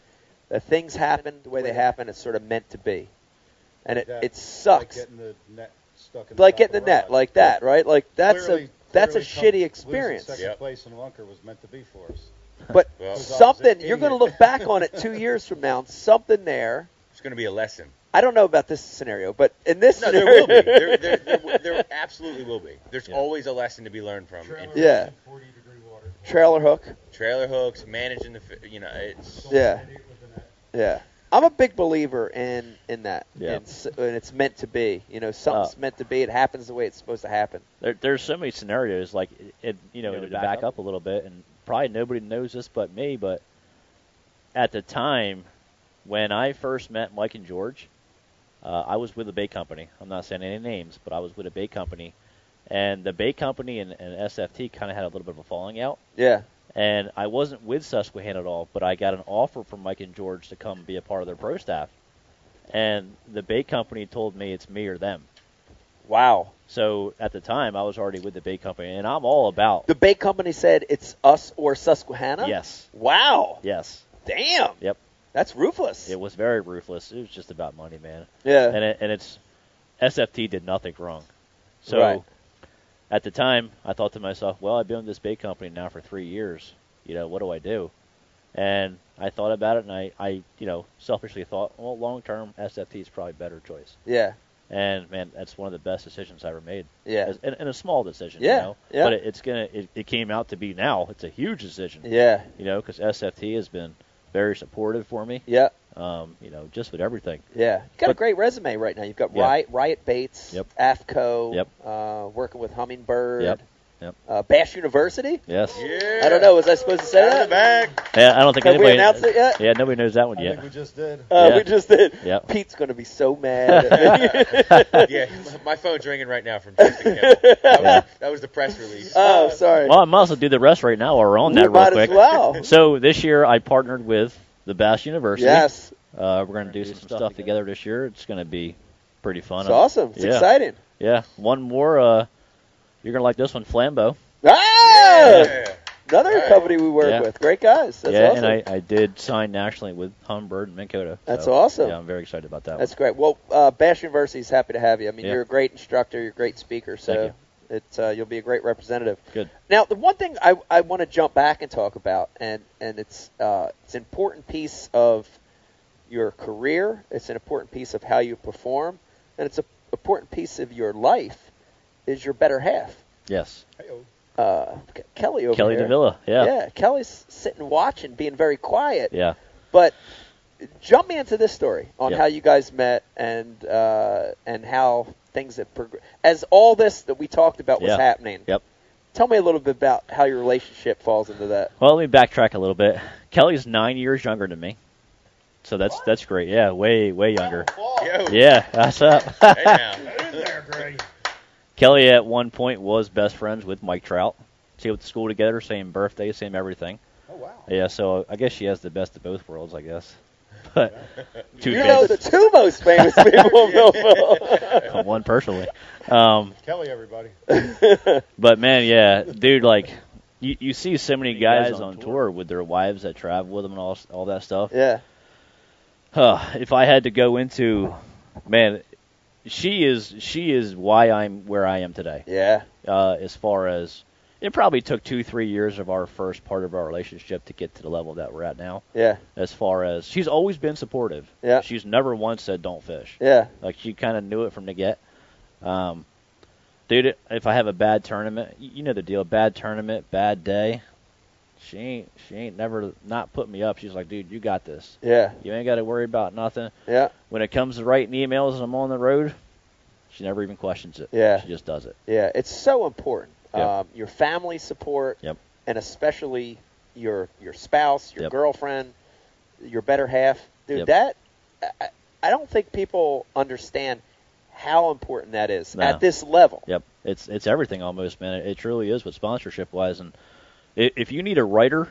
Speaker 4: That things happen the way they happen, it's sort of meant to be. And it,
Speaker 6: Yeah.
Speaker 4: it sucks.
Speaker 6: Like getting the net stuck in
Speaker 4: Like
Speaker 6: the,
Speaker 4: getting
Speaker 6: top
Speaker 4: the
Speaker 6: of
Speaker 4: net,
Speaker 6: rod.
Speaker 4: like that, right? Like that's
Speaker 6: Clearly-
Speaker 4: a that's a
Speaker 6: clearly come-
Speaker 4: shitty experience.
Speaker 6: Losing second
Speaker 7: Yep.
Speaker 6: place in Lunker was meant to be for us. (laughs)
Speaker 4: But
Speaker 7: Well, it's
Speaker 4: something
Speaker 6: an
Speaker 4: you're going to
Speaker 6: idiot.
Speaker 4: look back on it two years from now, and something there.
Speaker 7: going to be a lesson.
Speaker 4: I don't know about this scenario, but in this
Speaker 7: No, there
Speaker 4: scenario, (laughs)
Speaker 7: will be. There, there, there, w- there absolutely will be. There's
Speaker 5: Yeah.
Speaker 7: always a lesson to be learned from.
Speaker 6: Trailer
Speaker 7: And
Speaker 6: was
Speaker 4: Yeah.
Speaker 6: in 40 degree water.
Speaker 4: trailer hook.
Speaker 7: trailer hooks, managing the, fi- you know, it's
Speaker 6: Someone's
Speaker 4: Yeah.
Speaker 6: an idiot with a net.
Speaker 4: Yeah. I'm a big believer in in that.
Speaker 5: Yeah. Uh.
Speaker 4: And, s- and it's meant to be. You know, something's meant to be. It happens the way it's supposed to happen.
Speaker 5: There, there's so many scenarios. Like, it, it, you know, to back up. a little bit, and probably nobody knows this but me, but at the time when I first met Mike and George, uh, I was with a bait company. I'm not saying any names, but I was with a bait company, and the bait company and, and SFT kind of had a little bit of a falling out.
Speaker 4: Yeah.
Speaker 5: And I wasn't with Susquehanna at all, but I got an offer from Mike and George to come be a part of their pro staff, and the bait company told me it's me or them.
Speaker 4: Wow.
Speaker 5: So at the time, I was already with the bait company, and I'm all about
Speaker 4: The bait company said it's us or Susquehanna.
Speaker 5: yes,
Speaker 4: Wow.
Speaker 5: yes.
Speaker 4: Damn.
Speaker 5: Yep.
Speaker 4: That's ruthless.
Speaker 5: It was very ruthless. It was just about money, man.
Speaker 4: yeah.
Speaker 5: and it, and it's SFT did nothing wrong. So
Speaker 4: Right.
Speaker 5: at the time, I thought to myself, well, I've been with this bait company now for three years. You know, what do I do? And I thought about it, and I, I you know, selfishly thought, well, long term, SFT is probably a better choice.
Speaker 4: yeah.
Speaker 5: And man, that's one of the best decisions I ever made.
Speaker 4: Yeah.
Speaker 5: As- and, and a small decision,
Speaker 4: Yeah,
Speaker 5: you know.
Speaker 4: yeah.
Speaker 5: But it, it's gonna, it, it came out to be now. It's a huge decision.
Speaker 4: Yeah.
Speaker 5: You know, because SFT has been very supportive for me.
Speaker 4: Yeah.
Speaker 5: Um, you know, just with everything.
Speaker 4: Yeah. You've got a
Speaker 5: But-
Speaker 4: great resume right now. You've got
Speaker 5: Yeah.
Speaker 4: Riot, Riot Bates,
Speaker 5: Yep.
Speaker 4: AFCO,
Speaker 5: Yep.
Speaker 4: uh, working with Hummingbird,
Speaker 5: Yep. Yep.
Speaker 4: Uh, Bash University.
Speaker 5: Yes.
Speaker 7: Yeah.
Speaker 4: I don't know. Was I supposed to say
Speaker 7: Out of the
Speaker 4: that?
Speaker 7: back.
Speaker 5: Yeah, I don't think
Speaker 4: Have we
Speaker 5: anybody.
Speaker 4: announced it yet?
Speaker 5: Yeah, nobody knows that one
Speaker 6: I
Speaker 5: yet.
Speaker 6: think we just did.
Speaker 4: Uh,
Speaker 5: Yeah.
Speaker 4: We just did.
Speaker 5: Yeah.
Speaker 4: Pete's going to be so
Speaker 5: (laughs)
Speaker 4: mad. at me.
Speaker 7: yeah, (laughs) my phone's ringing right now from Justin Kimmel.
Speaker 4: (laughs)
Speaker 7: That,
Speaker 5: Yeah.
Speaker 7: was, that was the press release. Uh,
Speaker 4: oh, sorry.
Speaker 5: Well, I might as well do the rest right now while we're on
Speaker 4: You
Speaker 5: that real
Speaker 4: might
Speaker 5: quick.
Speaker 4: as well.
Speaker 5: So this year I partnered with the Bass University.
Speaker 4: yes.
Speaker 5: Uh, we're going to do some stuff together this year. It's going to be pretty fun.
Speaker 4: It's awesome. It's
Speaker 5: Yeah.
Speaker 4: exciting.
Speaker 5: Yeah. One more. Uh, you're going to like this one, Flambeau.
Speaker 4: Ah!
Speaker 7: Yeah.
Speaker 4: Another
Speaker 7: Right.
Speaker 4: company we work
Speaker 5: Yeah.
Speaker 4: with. Great guys. That's
Speaker 5: yeah,
Speaker 4: awesome.
Speaker 5: and I, I did sign nationally with Hummingbird and Minn Kota.
Speaker 4: That's
Speaker 5: so,
Speaker 4: awesome.
Speaker 5: Yeah, I'm very excited about that
Speaker 4: That's great. Well, uh, Bash University is happy to have you. I mean,
Speaker 5: Yeah.
Speaker 4: you're a great instructor. You're a great speaker. So
Speaker 5: Thank
Speaker 4: it's uh, you'll be a great representative.
Speaker 5: Good.
Speaker 4: Now, the one thing I, I want to jump back and talk about, and and it's uh, it's an important piece of your career. It's an important piece of how you perform, and it's a important piece of your life. Is your better half,
Speaker 5: one. Yes.
Speaker 6: Hey-oh.
Speaker 4: uh, Ke- Kelly over
Speaker 5: Kelly
Speaker 4: here.
Speaker 5: Davila. Yeah.
Speaker 4: yeah, Kelly's sitting watching, being very quiet.
Speaker 5: Yeah.
Speaker 4: But jump me into this story on
Speaker 5: Yep.
Speaker 4: how you guys met and uh, and how things have progressed. As all this that we talked about was
Speaker 5: Yeah.
Speaker 4: happening,
Speaker 5: Yep.
Speaker 4: tell me a little bit about how your relationship falls into that.
Speaker 5: Well, let me backtrack a little bit. Kelly's nine years younger than me, so that's that's great. Yeah, way way younger.
Speaker 7: Yo,
Speaker 5: Yeah, that's up. (laughs)
Speaker 7: hey now.
Speaker 6: Get in there, Greg.
Speaker 5: Kelly at one point was best friends with Mike Trout. She went to school together, same birthday, same everything.
Speaker 6: Oh wow.
Speaker 5: Yeah, so I guess she has the best of both worlds, I guess. (laughs) But
Speaker 4: (laughs)
Speaker 5: two
Speaker 4: you know the
Speaker 5: kids,
Speaker 4: two most famous people in
Speaker 5: (laughs)
Speaker 4: Millville.
Speaker 5: one personally. Um,
Speaker 6: Kelly, everybody.
Speaker 5: But man, yeah, dude, like you, you see so many guys, on tour. with their wives that travel with them and all all that stuff.
Speaker 4: yeah,
Speaker 5: Huh, if I had to go into, man, she is she is why I'm where I am today.
Speaker 4: yeah,
Speaker 5: Uh, as far as it probably took two three years of our first part of our relationship to get to the level that we're at now.
Speaker 4: yeah,
Speaker 5: As far as she's always been supportive.
Speaker 4: Yeah.
Speaker 5: She's never once said don't fish.
Speaker 4: yeah,
Speaker 5: Like she kind of knew it from the get. Um, dude, if I have a bad tournament, y- you know the deal. Bad tournament, bad day. She ain't she ain't never not put me up. She's like, dude, you got this.
Speaker 4: yeah,
Speaker 5: You ain't got to worry about nothing.
Speaker 4: yeah,
Speaker 5: When it comes to writing emails and I'm on the road, she never even questions it.
Speaker 4: Yeah.
Speaker 5: She just does it.
Speaker 4: yeah. It's so important.
Speaker 5: Yeah.
Speaker 4: Um, your family support,
Speaker 5: Yep.
Speaker 4: and especially your your spouse, your
Speaker 5: Yep.
Speaker 4: girlfriend, your better half, dude.
Speaker 5: Yep.
Speaker 4: That I, I don't think people understand how important that is
Speaker 5: No.
Speaker 4: at this level.
Speaker 5: Yep. It's it's everything almost, man. It, it truly is with sponsorship wise. And i if you need a writer,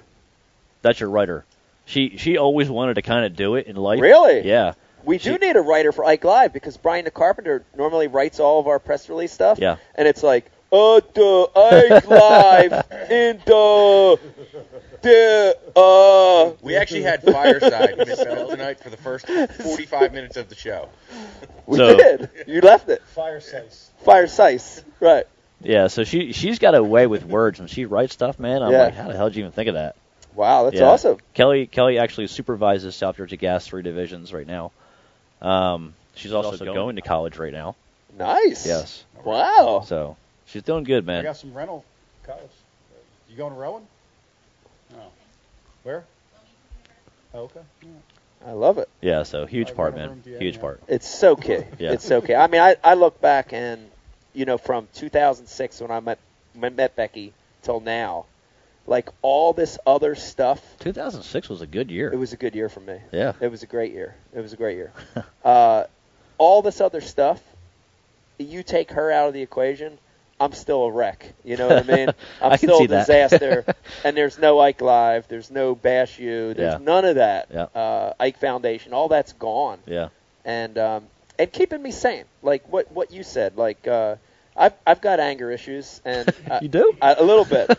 Speaker 5: that's your writer. She she always wanted to kind of do it in life.
Speaker 4: Really?
Speaker 5: Yeah.
Speaker 4: We do
Speaker 5: She-
Speaker 4: need a writer for Ike Live because Brian the Carpenter normally writes all of our press release stuff.
Speaker 5: Yeah.
Speaker 4: And it's like, uh, the
Speaker 5: (laughs)
Speaker 4: Ike Live in the, the, uh,
Speaker 7: We actually had fireside Miss Ellen tonight for the first 45 minutes of the show.
Speaker 4: we
Speaker 5: So-
Speaker 4: did. You left it.
Speaker 6: Fire size.
Speaker 4: Fire size. Right.
Speaker 5: Yeah, so she she's got a way with words when she writes stuff, man. I'm
Speaker 4: Yeah.
Speaker 5: like, how the hell did you even think of that?
Speaker 4: Wow, that's
Speaker 5: Yeah.
Speaker 4: awesome.
Speaker 5: Kelly Kelly actually supervises South Georgia Gas three divisions right now. Um, she's also, going, to college right now.
Speaker 4: Nice. Oh.
Speaker 5: Yes,
Speaker 4: Wow.
Speaker 5: so she's doing good,
Speaker 6: I
Speaker 5: man.
Speaker 6: got some rental cars. You going to Rowan? No. Where? Oh, okay.
Speaker 4: I love it.
Speaker 5: Yeah, so huge
Speaker 6: I've
Speaker 5: part,
Speaker 6: got a room
Speaker 5: man.
Speaker 6: to-
Speaker 5: Huge
Speaker 6: yeah.
Speaker 5: part.
Speaker 4: It's so key.
Speaker 5: (laughs) Yeah.
Speaker 4: It's so key. I mean, I, I look back and, you know, from 2006 when I met, when I met Becky till now, like all this other stuff.
Speaker 5: 2006 was a good
Speaker 4: It
Speaker 5: year.
Speaker 4: was a good year for me.
Speaker 5: Yeah.
Speaker 4: It was a great year. It was a great year. (laughs) uh, all this other stuff, you take her out of the equation, I'm still a wreck. You know what I
Speaker 5: (laughs)
Speaker 4: mean? I'm
Speaker 5: I can
Speaker 4: still
Speaker 5: see
Speaker 4: a
Speaker 5: that.
Speaker 4: disaster.
Speaker 5: (laughs)
Speaker 4: and there's no Ike Live. There's no Bash You. There's
Speaker 5: Yeah.
Speaker 4: none of that.
Speaker 5: Yeah.
Speaker 4: Uh, Ike Foundation. All that's gone. (laughs)
Speaker 5: Yeah.
Speaker 4: And um, and keeping me sane, like what what you said, like. Uh, I've, I've got anger issues and I-
Speaker 5: (laughs) You do?
Speaker 4: I- a little
Speaker 5: (laughs)
Speaker 4: bit,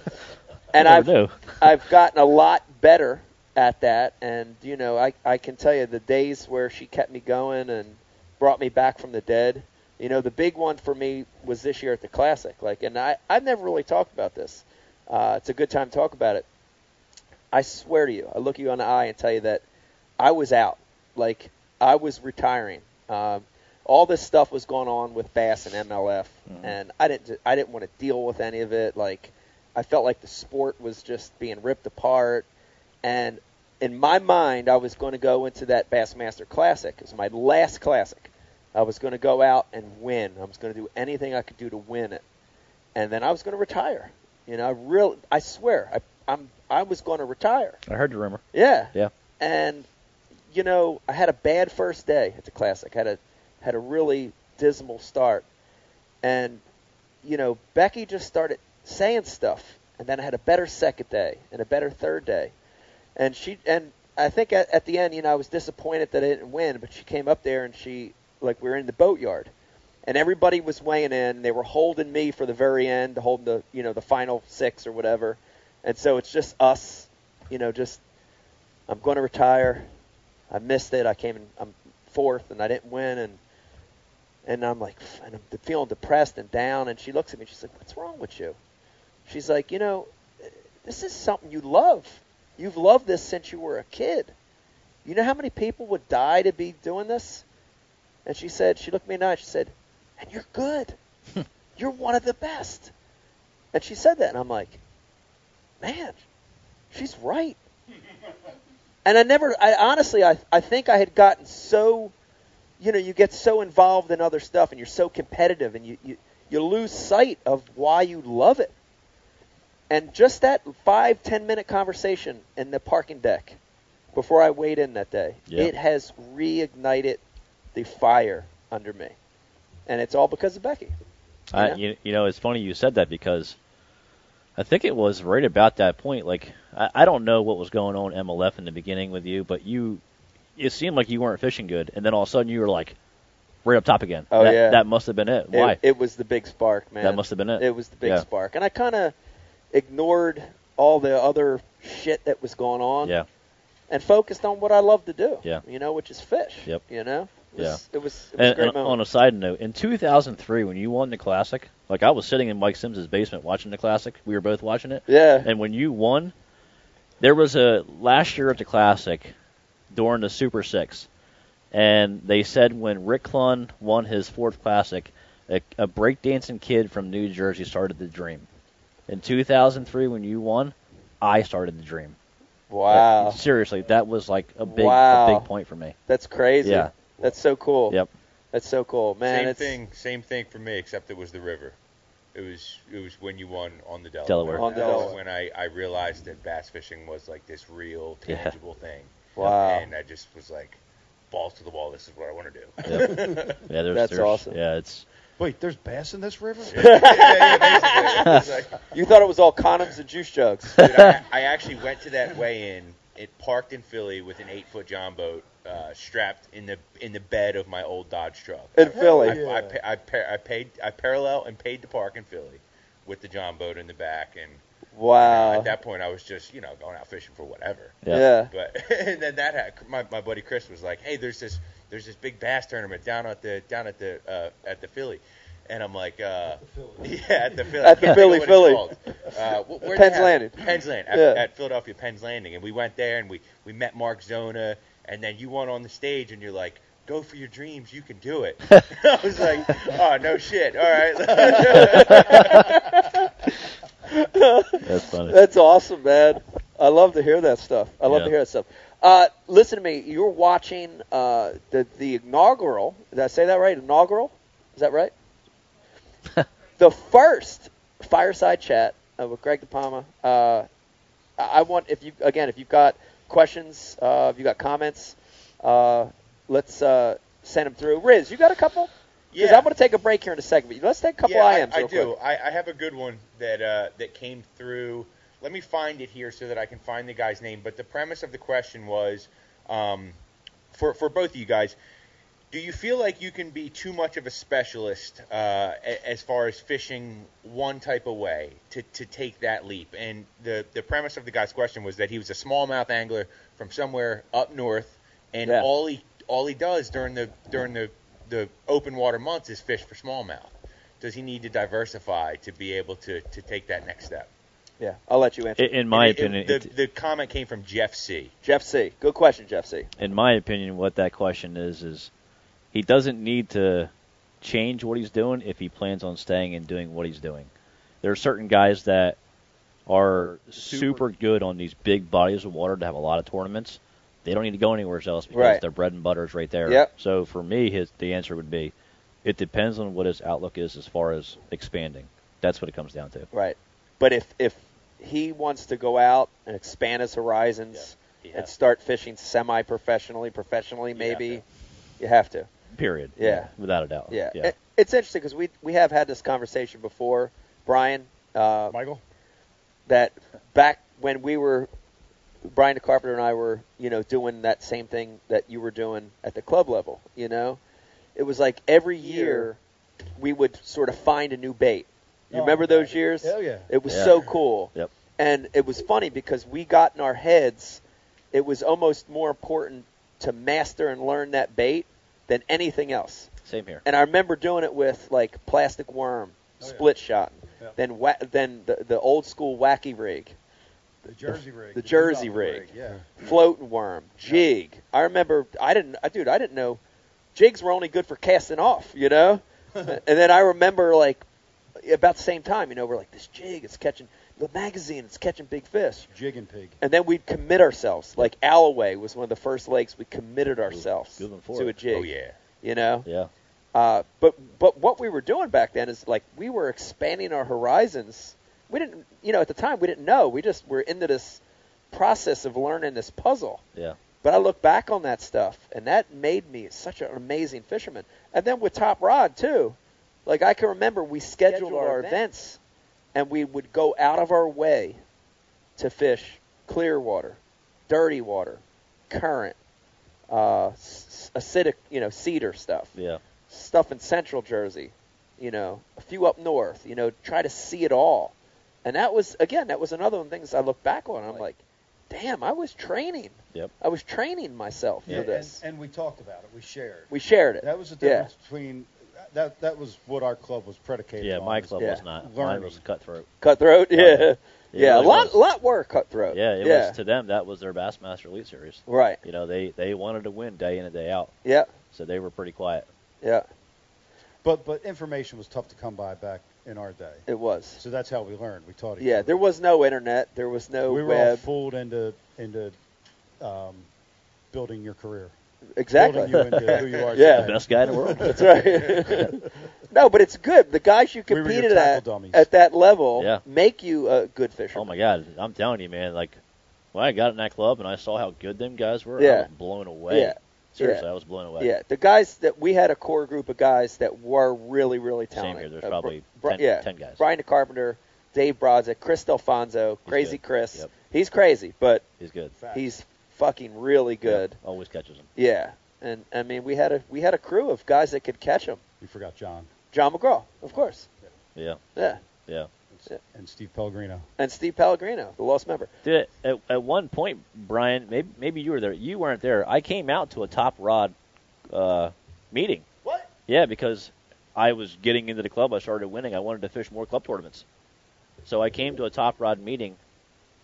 Speaker 4: and
Speaker 5: Never
Speaker 4: I've
Speaker 5: knew.
Speaker 4: I've gotten a lot better at that, and you know, I I can tell you the days where she kept me going and brought me back from the dead. You know, the big one for me was this year at the classic. Like, and I I've never really talked about this. Uh, it's a good time to talk about it. I swear to you, I look you in the eye and tell you that I was out. Like, I was retiring. Um, all this stuff was going on with Bass and MLF, and I didn't I didn't want to deal with any of it. Like, I felt like the sport was just being ripped apart. And in my mind, I was going to go into that Bassmaster Classic. It was my last classic. I was going to go out and win. I was going to do anything I could do to win it. And then I was going to retire. You know, I really, I swear, I, I'm, I was going to retire.
Speaker 5: I heard the rumor.
Speaker 4: Yeah.
Speaker 5: Yeah.
Speaker 4: And you know, I had a bad first day at the classic. Had a had a really dismal start. And you know, Becky just started saying stuff, and then I had a better second day and a better third day. And she and I think at, at the end, you know, I was disappointed that I didn't win, but she came up there and she like we were in the boatyard. And everybody was weighing in. They were holding me for the very end, holding the you know the final six or whatever. And so it's just us, you know, just I'm going to retire. I missed it. I came in I'm fourth and I didn't win and and I'm like and I'm de- feeling depressed and down and she looks at me and she's like what's wrong with you? She's like, "You know, eh, this is something you love. You've loved this since you were a kid. You know how many people would die to be doing this?" And she said, she looked me in the eye, she said, "And you're good. you're one of the best." And she said that and I'm like, "Man, she's right." and I never, I honestly, I, I think I had gotten so, you know, you get so involved in other stuff and you're so competitive and you, you, you lose sight of why you love it. And just that five, ten minute conversation in the parking deck before I weighed in that day,
Speaker 5: Yeah.
Speaker 4: it has reignited the fire under me. And it's all because of Becky.
Speaker 5: I,
Speaker 4: Yeah.
Speaker 5: you, you know, it's funny you said that because I think it was right about that point. Like, I, I don't know what was going on MLF in the beginning with you, but you, it seemed like you weren't fishing good, and then all of a sudden you were like, right up top again.
Speaker 4: Oh,
Speaker 5: that,
Speaker 4: yeah.
Speaker 5: That must have been it.
Speaker 4: It-
Speaker 5: Why?
Speaker 4: It, was the big spark, man.
Speaker 5: That must have been it.
Speaker 4: It was the big
Speaker 5: Yeah.
Speaker 4: spark, and I kind of ignored all the other shit that was going on,
Speaker 5: yeah.
Speaker 4: and focused on what I love to do.
Speaker 5: Yeah.
Speaker 4: you know, which is fish.
Speaker 5: Yep.
Speaker 4: You know. It was, It was, it was a
Speaker 5: And,
Speaker 4: great
Speaker 5: and
Speaker 4: moment.
Speaker 5: (laughs) on a side note, in 2003, when you won the Classic, like I was sitting in Mike Sims' basement watching the Classic. We were both watching it.
Speaker 4: yeah.
Speaker 5: And when you won, there was a last year at the Classic during the Super Six, and they said when Rick Klun won his fourth Classic, a, a breakdancing kid from New Jersey started the dream. In 2003, when you won, I started the dream.
Speaker 4: wow,
Speaker 5: (laughs) Like, seriously, that was like a big,
Speaker 4: Wow.
Speaker 5: a big point for me.
Speaker 4: that's crazy.
Speaker 5: Yeah.
Speaker 4: That's so cool. (laughs)
Speaker 5: Yep.
Speaker 4: That's so cool, man.
Speaker 7: same
Speaker 4: it's,
Speaker 7: thing, same thing for me, except it was the river. It was it was when you won on the Delaware.
Speaker 5: Delaware.
Speaker 4: On the
Speaker 7: That was
Speaker 4: Delaware.
Speaker 7: When I, I realized that bass fishing was like this real
Speaker 5: Yeah.
Speaker 7: tangible thing.
Speaker 4: Wow.
Speaker 7: And I just was like, balls to the wall. This is what I want to do. yeah,
Speaker 5: Yeah, there's,
Speaker 4: That's
Speaker 5: there's,
Speaker 4: awesome.
Speaker 5: Yeah, it's
Speaker 6: Wait, there's bass in
Speaker 4: (laughs)
Speaker 6: this river?
Speaker 7: yeah, basically. It was like,
Speaker 4: You thought it was all condoms and juice
Speaker 5: (laughs)
Speaker 4: jugs.
Speaker 7: Dude, I,
Speaker 4: (laughs)
Speaker 7: I actually went to that weigh-in. It parked in Philly with an eight-foot John boat uh, strapped in the in the bed of my old Dodge truck.
Speaker 4: In Philly.
Speaker 7: I, (laughs) I, pa- I, par- I paid I parallel and paid to park in Philly with the John boat in the back, and
Speaker 4: Wow.
Speaker 7: at that point I was just you know going out fishing for whatever.
Speaker 5: yeah.
Speaker 4: yeah.
Speaker 7: But (laughs) and then that had, my my buddy Chris was like, hey, there's this there's this big bass tournament down at the down at the uh, at the Philly, and I'm like, uh, (laughs) yeah, at the Philly,
Speaker 4: At the
Speaker 7: I can't
Speaker 4: Philly,
Speaker 7: think
Speaker 4: Philly.
Speaker 7: of what it's called. Uh, wh-
Speaker 4: Penn's
Speaker 7: where'd they have it?
Speaker 4: Landing.
Speaker 7: Penn's Landing at,
Speaker 4: Yeah.
Speaker 7: at Philadelphia Penn's Landing, and we went there and we we met Mark Zona, and then you went on the stage and you're like. Go for your dreams, you can do it. (laughs) I was like, oh no shit,
Speaker 4: (laughs)
Speaker 7: all right.
Speaker 5: That's funny.
Speaker 4: That's awesome, man. I love to hear that stuff. I love
Speaker 5: Yeah.
Speaker 4: to hear that stuff. Uh, listen to me. You're watching uh, the the inaugural. Did I say that right? Inaugural. Is that right? the first fireside chat uh, with Greg De Palma. Uh, I I want if you again if you've got questions, uh, if you got comments, uh, let's uh, send them through. Riz, you got a couple? Because I'm going to take a break here in a second. But let's take a couple
Speaker 7: yeah, I,
Speaker 4: IMs.
Speaker 7: I
Speaker 4: real quick.
Speaker 7: do. I, I have a good one that uh, that came through. Let me find it here so that I can find the guy's name. But the premise of the question was, um, for for both of you guys, do you feel like you can be too much of a specialist uh, a- as far as fishing one type of way to, to take that leap? And the the premise of the guy's question was that he was a smallmouth angler from somewhere up north, and
Speaker 4: Yeah.
Speaker 7: all he all he does during the during the the open water months is fish for smallmouth. Does he need to diversify to be able to, to take that next step?
Speaker 4: Yeah, I'll let you answer.
Speaker 5: In, in my
Speaker 7: And it- it-
Speaker 5: opinion,
Speaker 7: the, the comment came from Jeff C.
Speaker 4: Jeff C. Good question, Jeff C.
Speaker 5: in my opinion, what that question is is he doesn't need to change what he's doing if he plans on staying and doing what he's doing. There are certain guys that are super good on these big bodies of water to have a lot of tournaments. They don't need to go anywhere else because
Speaker 4: Right.
Speaker 5: their bread and butter is right there.
Speaker 4: Yep.
Speaker 5: So for me, his the answer would be, it depends on what his outlook is as far as expanding. That's what it comes down to.
Speaker 4: Right. But if if he wants to go out and expand his horizons
Speaker 7: Yeah.
Speaker 4: and start fishing semi-professionally, professionally maybe, you have to.
Speaker 5: Period.
Speaker 4: Yeah.
Speaker 5: Without a doubt.
Speaker 4: Yeah.
Speaker 5: Oh,
Speaker 4: Eh.
Speaker 5: Yeah.
Speaker 4: It- it's interesting because we we have had this conversation before, Brian. Uh,
Speaker 6: Michael.
Speaker 4: that back when we were Brian DeCarpenter and I were, you know, doing that same thing that you were doing at the club level, you know? It was like every year we would sort of find a new bait. You
Speaker 6: Oh,
Speaker 4: remember those years?
Speaker 6: Hell yeah.
Speaker 4: It was
Speaker 5: Yeah.
Speaker 4: so cool.
Speaker 5: Yep.
Speaker 4: And it was funny because we got in our heads it was almost more important to master and learn that bait than anything else
Speaker 5: Same here.
Speaker 4: and I remember doing it with like plastic worm,
Speaker 6: Oh, yeah.
Speaker 4: split shot,
Speaker 6: Yeah.
Speaker 4: then wa- then the, the old school wacky rig,
Speaker 6: The Jersey rig.
Speaker 4: The Jersey
Speaker 6: Dugout
Speaker 4: rig.
Speaker 6: Yeah.
Speaker 4: floating worm, jig. I remember I didn't, I, dude, I didn't know jigs were only good for casting off, you
Speaker 6: (laughs)
Speaker 4: know. and then I remember like about the same time, you know, we're like this jig, it's catching the magazine, it's catching big fish.
Speaker 6: Jig and pig.
Speaker 4: And then we'd commit ourselves. Like Alloway was one of the first lakes we committed ourselves
Speaker 5: good one for
Speaker 4: to
Speaker 5: it.
Speaker 4: a jig.
Speaker 7: Oh yeah.
Speaker 4: You know.
Speaker 5: Yeah.
Speaker 4: Uh, but but what we were doing back then is like we were expanding our horizons. We didn't, you know, at the time we didn't know. We just were into this process of learning this puzzle.
Speaker 5: Yeah.
Speaker 4: But I look back on that stuff, and that made me such an amazing fisherman. And then with Top Rod too, like I can remember we scheduled our events, and we would go out of our way to fish clear water, dirty water, current, uh, s- s- acidic, you know, cedar stuff
Speaker 5: Yeah.
Speaker 4: stuff in central Jersey, you know, a few up north, you know, try to see it all. And that was again, that was another one of the things I look back on. I'm like, damn, I was training.
Speaker 5: Yep.
Speaker 4: I was training myself
Speaker 6: Yeah,
Speaker 4: for this.
Speaker 6: And, and we talked about it. We shared.
Speaker 4: we shared it.
Speaker 6: That was the
Speaker 4: Yeah.
Speaker 6: difference between that. That was what our club was predicated
Speaker 5: Yeah.
Speaker 6: on.
Speaker 5: My
Speaker 6: was
Speaker 5: club
Speaker 4: Yeah.
Speaker 5: was not. Mine
Speaker 6: Learning.
Speaker 5: was cutthroat.
Speaker 4: Cutthroat. (laughs) Yeah.
Speaker 5: yeah.
Speaker 4: Yeah.
Speaker 5: It really
Speaker 4: a lot,
Speaker 5: was.
Speaker 4: lot were cutthroat.
Speaker 5: Yeah, it
Speaker 4: Uh, yeah.
Speaker 5: was to them that was their Bassmaster Elite Series.
Speaker 4: right.
Speaker 5: You know, they they wanted to win day in and day out,
Speaker 4: Yeah.
Speaker 5: so they were pretty quiet.
Speaker 4: Yeah.
Speaker 6: But but information was tough to come by back in our day.
Speaker 4: It was.
Speaker 6: So that's how we learned. We taught each
Speaker 4: Yeah.
Speaker 6: other.
Speaker 4: There was no internet. There was no
Speaker 6: we were all
Speaker 4: web.
Speaker 6: fooled into into um, building your career.
Speaker 4: exactly.
Speaker 6: Building you into (laughs) who
Speaker 4: (laughs)
Speaker 6: you are.
Speaker 4: Yeah.
Speaker 6: today.
Speaker 5: Best guy in
Speaker 4: (laughs)
Speaker 5: the world.
Speaker 4: That's right. (laughs) no, but it's good. The guys you
Speaker 6: We were your
Speaker 4: competed
Speaker 6: tackle
Speaker 4: at
Speaker 6: dummies.
Speaker 4: at that level
Speaker 5: Yeah.
Speaker 4: make you a good fisherman.
Speaker 5: oh my God, I'm telling you, man. Like when I got in that club and I saw how good them guys were, I
Speaker 4: Yeah.
Speaker 5: was blown away.
Speaker 4: Yeah.
Speaker 5: Seriously,
Speaker 4: Yeah.
Speaker 5: I was blown away.
Speaker 4: Yeah, the guys that we had a core group of guys that were really, really
Speaker 5: Same
Speaker 4: talented.
Speaker 5: here. There's
Speaker 4: Uh,
Speaker 5: probably
Speaker 4: Bri-
Speaker 5: 10
Speaker 4: yeah,
Speaker 5: 10 guys.
Speaker 4: Brian DeCarpenter, Dave Brodzik, Chris Delfonso, Crazy
Speaker 5: good.
Speaker 4: Chris.
Speaker 5: Yep.
Speaker 4: He's crazy, but
Speaker 5: He's good.
Speaker 6: Fact.
Speaker 4: he's fucking really good.
Speaker 5: Yeah, always catches them.
Speaker 4: Yeah. and I mean we had a we had a crew of guys that could catch him.
Speaker 6: You forgot John
Speaker 4: John McGraw, of course.
Speaker 5: Yeah.
Speaker 4: Yeah,
Speaker 5: Yeah.
Speaker 6: and Steve Pellegrino.
Speaker 4: and Steve Pellegrino, the lost member.
Speaker 5: Dude, at, at one point, Brian, maybe maybe you were there. You weren't there. I came out to a top rod uh, meeting.
Speaker 7: What?
Speaker 5: Yeah, because I was getting into the club. I started winning. I wanted to fish more club tournaments. So I came to a top rod meeting,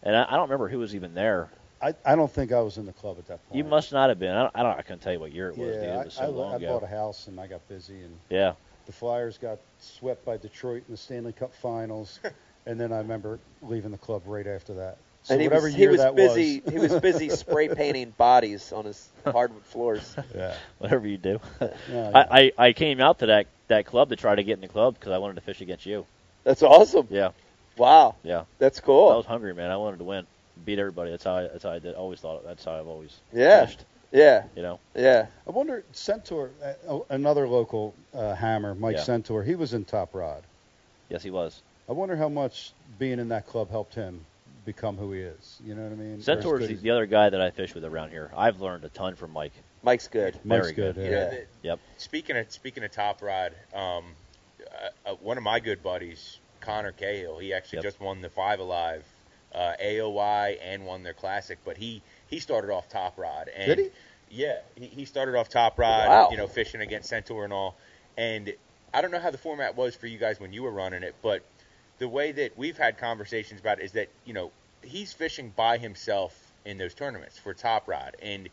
Speaker 5: and I, I don't remember who was even there.
Speaker 6: I, I don't think I was in the club at that point.
Speaker 5: You must not have been. I don't. I, don't, I couldn't tell you what year it was. dude.
Speaker 6: Yeah,
Speaker 5: It was
Speaker 6: I,
Speaker 5: so
Speaker 6: I,
Speaker 5: long
Speaker 6: I
Speaker 5: ago.
Speaker 6: bought a house and I got busy and
Speaker 5: yeah. (laughs)
Speaker 6: the Flyers got swept by Detroit in the Stanley Cup
Speaker 4: (laughs)
Speaker 6: Finals, and then I remember leaving the club right after that. So
Speaker 4: and he
Speaker 6: whatever
Speaker 4: was
Speaker 6: year
Speaker 4: he was
Speaker 6: that
Speaker 4: busy
Speaker 6: was,
Speaker 4: he was busy
Speaker 6: (laughs)
Speaker 4: spray painting bodies on
Speaker 5: (laughs)
Speaker 4: his hardwood floors.
Speaker 6: yeah,
Speaker 5: Whatever
Speaker 6: (laughs)
Speaker 5: you do.
Speaker 6: yeah, yeah.
Speaker 5: (laughs) I, I I came out to that that club to try to get in the club because I wanted to fish against you.
Speaker 4: That's awesome.
Speaker 5: Yeah.
Speaker 4: Wow,
Speaker 5: Yeah.
Speaker 4: that's
Speaker 5: I
Speaker 4: cool.
Speaker 5: was hungry, man. I wanted to win. beat everybody. That's how I, that's how I did. Always thought that's how I've always
Speaker 4: Yeah.
Speaker 5: fished,
Speaker 4: Yeah.
Speaker 5: You know,
Speaker 4: Yeah.
Speaker 6: I wonder, Centaur, uh, oh, another local uh, hammer, Mike
Speaker 5: Yeah.
Speaker 6: Centaur, he was in Top Rod.
Speaker 5: yes, he was.
Speaker 6: I wonder how much being in that club helped him become who he is. You know what I mean? Or as
Speaker 5: Centaur's
Speaker 6: good
Speaker 5: the,
Speaker 6: as-
Speaker 5: the other guy that I fish with around here. I've learned a ton from Mike.
Speaker 4: Mike's good.
Speaker 6: Mike's
Speaker 5: very good.
Speaker 7: You
Speaker 6: yeah.
Speaker 7: know,
Speaker 4: Yeah.
Speaker 7: the-
Speaker 5: Yep.
Speaker 7: Speaking of speaking of top rod, um, uh, uh, one of my good buddies, Connor Cahill, he actually
Speaker 5: Yep.
Speaker 7: just won the Five Alive uh, AOI and won their classic. But he he started off top rod. And
Speaker 6: Did he?
Speaker 7: Yeah, he, he started off top rod.
Speaker 4: Wow.
Speaker 7: You know, fishing against Centaur and all. And I don't know how the format was for you guys when you were running it, but the way that we've had conversations about it is that you know he's fishing by himself in those tournaments for top rod and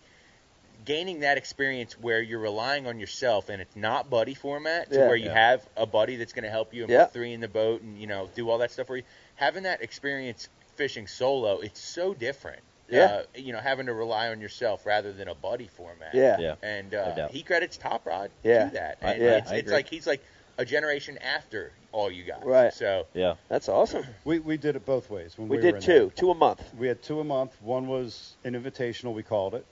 Speaker 7: gaining that experience where you're relying on yourself and it's not buddy format to
Speaker 4: Yeah.
Speaker 7: where you
Speaker 5: Yeah.
Speaker 7: have a buddy that's going to help you and
Speaker 4: Yeah.
Speaker 7: put three in the boat and you know do all that stuff for you having that experience fishing solo it's so different
Speaker 4: Yeah.
Speaker 7: uh, you know having to rely on yourself rather than a buddy format
Speaker 4: Yeah.
Speaker 5: Yeah.
Speaker 7: and
Speaker 5: No
Speaker 7: uh,
Speaker 5: doubt.
Speaker 7: he credits top rod
Speaker 4: Yeah.
Speaker 7: to that
Speaker 5: I-
Speaker 7: and
Speaker 4: yeah,
Speaker 7: it's,
Speaker 5: I
Speaker 7: it's
Speaker 5: agree.
Speaker 7: like he's like a generation after all you guys
Speaker 4: Right.
Speaker 7: so
Speaker 5: Yeah.
Speaker 4: That's
Speaker 6: (clears throat)
Speaker 4: awesome.
Speaker 6: We, we did it both ways. When
Speaker 4: We
Speaker 6: we, were
Speaker 4: did
Speaker 6: in
Speaker 4: two,
Speaker 6: there.
Speaker 4: two a month.
Speaker 6: We had two a month. One was an invitational, we called it,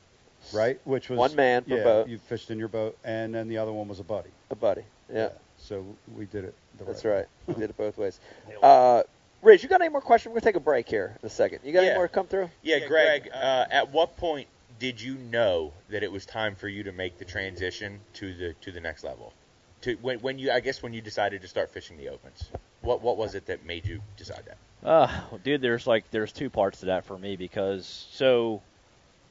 Speaker 6: right? Which was
Speaker 4: One man per
Speaker 6: yeah,
Speaker 4: boat.
Speaker 6: You fished in your boat, and then the other one was a buddy.
Speaker 4: A buddy. Yeah.
Speaker 6: So we did it. The
Speaker 4: That's
Speaker 6: way.
Speaker 4: right. We did it both
Speaker 6: (laughs)
Speaker 4: ways. Uh, Rich, you got any more questions? We're going to take a break here in a second. You got any
Speaker 7: Yeah.
Speaker 4: more come through?
Speaker 7: Yeah, Greg, uh, at what point did you know that it was time for you to make the transition to the to the next level? To when, when you I guess when you decided to start fishing the opens. What what was it that made you decide that?
Speaker 5: Uh, dude, there's like there's two parts to that for me because so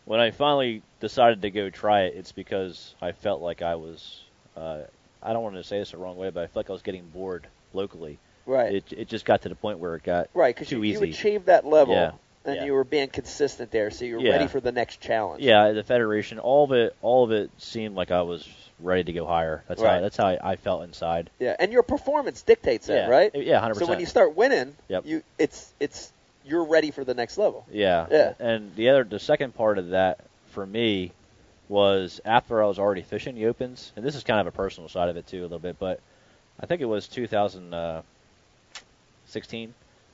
Speaker 5: when I finally decided to go try it, it's because I felt like I was uh, I don't want to say this the wrong way, but I felt like I was getting bored locally.
Speaker 4: Right.
Speaker 5: It it just got to the point where it got
Speaker 4: right, because
Speaker 5: too
Speaker 4: you, you
Speaker 5: easy.
Speaker 4: achieved that level
Speaker 5: Yeah.
Speaker 4: and
Speaker 5: Yeah.
Speaker 4: you were being consistent there, so you're
Speaker 5: Yeah.
Speaker 4: ready for the next challenge.
Speaker 5: yeah, the federation, all of it, all of it seemed like I was ready to go higher. That's
Speaker 4: Right.
Speaker 5: how that's how I, I felt inside.
Speaker 4: Yeah, and your performance dictates that,
Speaker 5: yeah.
Speaker 4: right?
Speaker 5: Yeah, hundred
Speaker 4: So
Speaker 5: percent.
Speaker 4: when you start winning,
Speaker 5: Yep.
Speaker 4: you it's it's you're ready for the next level.
Speaker 5: Yeah.
Speaker 4: Yeah.
Speaker 5: And the other, the second part of that for me was after I was already fishing the opens, and this is kind of a personal side of it too, a little bit, but I think it was 2016,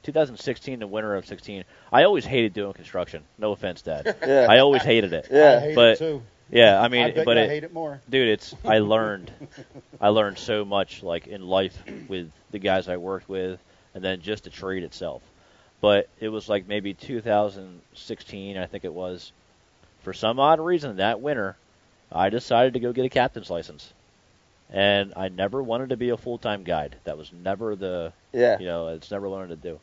Speaker 5: 2016, the winter of 16. I always hated doing construction. No offense, Dad.
Speaker 4: (laughs) Yeah.
Speaker 5: I always hated it.
Speaker 4: Yeah.
Speaker 6: I hate
Speaker 5: But-
Speaker 6: it too.
Speaker 5: Yeah. I mean,
Speaker 6: I bet
Speaker 5: but
Speaker 6: you
Speaker 5: it,
Speaker 6: I hate it more.
Speaker 5: dude, it's I learned, I learned so much like in life with the guys I worked with, and then just the trade itself. But it was like maybe 2016, I think it was. For some odd reason, that winter, I decided to go get a captain's license, and I never wanted to be a full-time guide. That was never the
Speaker 4: Yeah.
Speaker 5: you know, it's never wanted to do.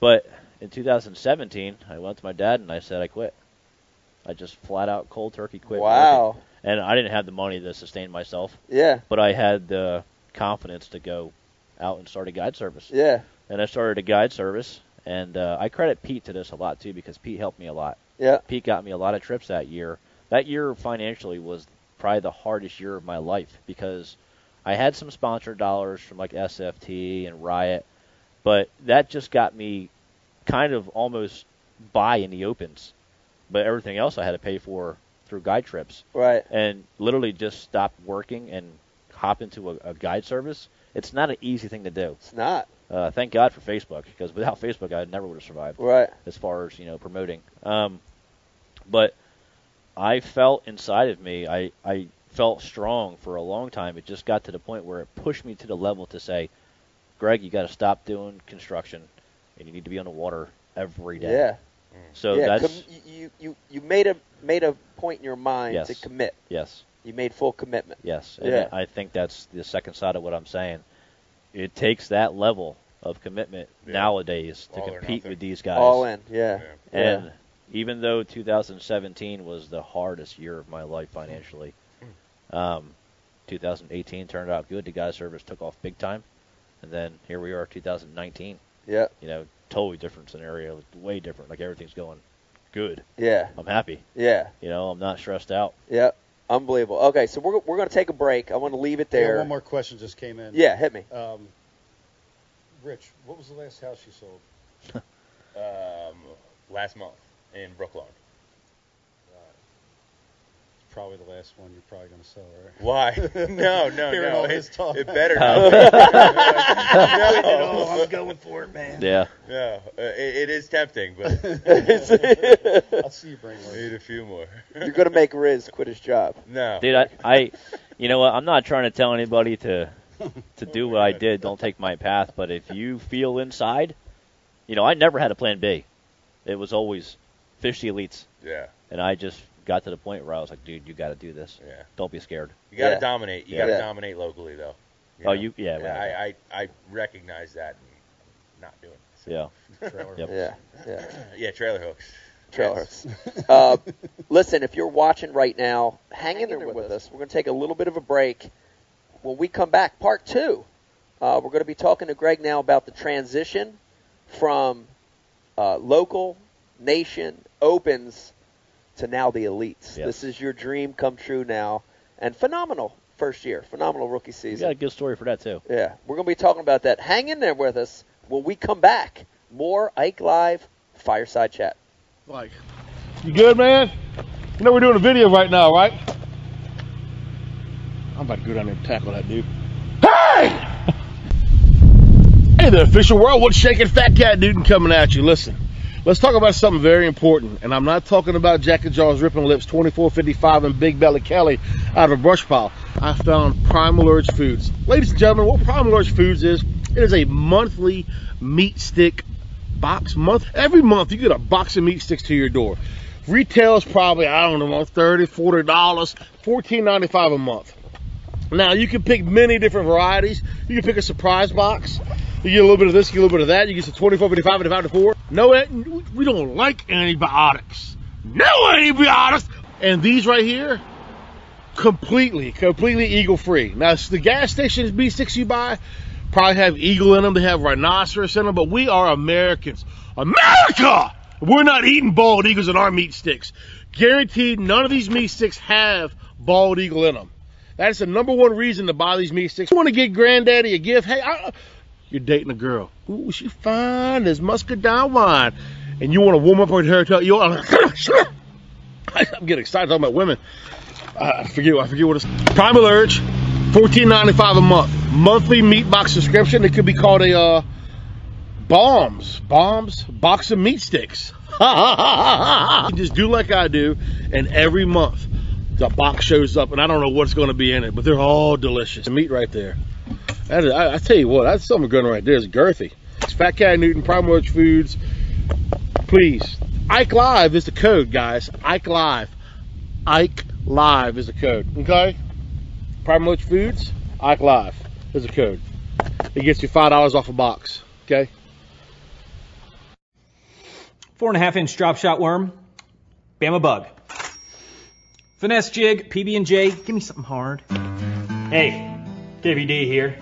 Speaker 5: But in 2017, I went to my dad and I said I quit. I just flat out cold turkey quit.
Speaker 4: wow.
Speaker 5: And I didn't have the money to sustain myself,
Speaker 4: Yeah.
Speaker 5: but I had the confidence to go out and start a guide service.
Speaker 4: Yeah.
Speaker 5: And I started a guide service, and uh, I credit Pete to this a lot too because Pete helped me a lot.
Speaker 4: Yeah.
Speaker 5: Pete got me a lot of trips that year. That year financially was probably the hardest year of my life because I had some sponsor dollars from like SFT and Riot, but that just got me kind of almost by in the opens. But everything else I had to pay for through guide trips
Speaker 4: Right.
Speaker 5: and literally just stop working and hop into a, a guide service. It's not an easy thing to do.
Speaker 4: It's not.
Speaker 5: Uh, thank God for Facebook because without Facebook, I never would have survived
Speaker 4: Right.
Speaker 5: as far as you know promoting. Um, but I felt inside of me, I I felt strong for a long time. It just got to the point where it pushed me to the level to say, Greg, you got to stop doing construction, and you need to be on the water every day.
Speaker 4: Yeah.
Speaker 5: So
Speaker 4: yeah.
Speaker 5: that's
Speaker 4: Com- you- you, you you made a made a point in your mind
Speaker 5: Yes.
Speaker 4: to commit.
Speaker 5: yes,
Speaker 4: You made full commitment.
Speaker 5: yes. And
Speaker 4: Yeah.
Speaker 5: I think that's the second side of what I'm saying. It takes that level of commitment
Speaker 7: Yeah.
Speaker 5: nowadays to
Speaker 7: All or
Speaker 5: compete
Speaker 7: nothing.
Speaker 5: with these guys.
Speaker 4: All in. Yeah.
Speaker 7: Yeah.
Speaker 5: And even though 2017 was the hardest year of my life financially, um, 2018 turned out good. The guy service took off big time, and then here we are, 2019.
Speaker 4: yeah.
Speaker 5: You know, totally different scenario, way different. Like everything's going good.
Speaker 4: Yeah.
Speaker 5: I'm happy.
Speaker 4: Yeah.
Speaker 5: You know, I'm not stressed out.
Speaker 4: Yeah. Unbelievable. Okay, so we're we're going to take a break. I want to leave it
Speaker 6: Yeah,
Speaker 4: there.
Speaker 6: one more question just came in.
Speaker 4: Yeah, hit me.
Speaker 6: Um, Rich, what was the last house you sold?
Speaker 7: Um, last month in Brooklawn.
Speaker 6: probably the last one you're probably going to sell, right?
Speaker 7: (laughs) Why? No, no,
Speaker 6: Hearing
Speaker 7: no.
Speaker 6: all
Speaker 7: It,
Speaker 6: this talk.
Speaker 7: it better
Speaker 5: Oh.
Speaker 7: not. no,
Speaker 6: I'm going for it, man.
Speaker 5: Yeah.
Speaker 7: no. Uh, it, it is tempting, but
Speaker 6: I'll see you bring
Speaker 7: I
Speaker 6: one.
Speaker 7: need a few more.
Speaker 4: You're gonna make Riz quit his job.
Speaker 7: No.
Speaker 5: Dude, I, I, you know what? I'm not trying to tell anybody to, to do what I
Speaker 7: God.
Speaker 5: did. Don't take my path. But if you feel inside, you know, I never had a plan B. It was always fish the elites,
Speaker 7: Yeah,
Speaker 5: and I just got to the point where I was like, dude, you got to do this.
Speaker 7: yeah.
Speaker 5: Don't be scared.
Speaker 7: You got to
Speaker 4: Yeah.
Speaker 7: dominate. You
Speaker 5: Yeah.
Speaker 7: got
Speaker 4: Yeah.
Speaker 7: to dominate locally, though.
Speaker 5: Oh,
Speaker 7: know?
Speaker 5: you, yeah,
Speaker 7: Yeah,
Speaker 5: whatever.
Speaker 7: I, I, I recognize that and I'm not doing it. So-
Speaker 5: yeah.
Speaker 6: Trailer.
Speaker 5: Yep.
Speaker 4: Yeah, yeah.
Speaker 7: Yeah, trailer hooks.
Speaker 4: Trailers. (laughs) Uh, listen, if you're watching right now, hang in there with us. We're gonna take a little bit of a break. When we come back, part two, uh, we're gonna be talking to Greg now about the transition from uh, local, nation, opens to now the elites.
Speaker 5: Yes.
Speaker 4: This is your dream come true now, and phenomenal first year, phenomenal rookie
Speaker 5: You
Speaker 4: season.
Speaker 5: got a good story for that too.
Speaker 4: Yeah, we're going to be talking about that. Hang in there with us when we come back. More Ike Live Fireside Chat.
Speaker 3: Like, you good, man? You know we're doing a video right now, right? I'm about to go down there and tackle that dude. Hey! hey there, official world. What's shaking, fat cat dude, and coming at you? Listen, let's talk about something very important, and I'm not talking about Jack and Jaws ripping lips 2455 and Big Belly Kelly out of a brush pile. I found Primal Urge Foods. Ladies and gentlemen, what Primal Urge Foods is? It is a monthly meat stick box month. Every month you get a box of meat sticks to your door. Retails probably, I don't know, 30 $40, $14.95 a month. Now you can pick many different varieties. You can pick a surprise box. You get a little bit of this, you get a little bit of that. You get some 24, 55, and 5 to 4. No, eh, we don't like antibiotics. No antibiotics. And these right here, completely, completely eagle free. Now s- the gas stations B6 you buy probably have eagle in them. They have rhinoceros in them, but we are Americans. America! We're not eating bald eagles in our meat sticks. Guaranteed, none of these meat sticks have bald eagle in them. That's the number one reason to buy these meat sticks. You want to get granddaddy a gift? Hey, I, you're dating a girl. Ooh, she fine as muscadine wine, and you want to warm up with her. Tell you, I'm getting excited talking about women. I forget. I forget what it's. Primal Urge, fourteen ninety five a month. Monthly meat box subscription. It could be called a uh, bombs, bombs, box of meat sticks. (laughs) you just do like I do, and every month the box shows up, and I don't know what's going to be in it, but they're all delicious. The meat right there. That is, I, I tell you what, that's something going right there. It's girthy. It's Fat Cat Newton, Prime Roach Foods. Please, Ike Live is the code, guys. Ike Live. Ike Live is the code. Okay? Prime Roach Foods, Ike Live is the code. It gets you five dollars off a box. Okay?
Speaker 8: Four and a half inch drop shot worm. Bama bug. Finesse jig, PB&J. Give me something hard. Hey, KVD here.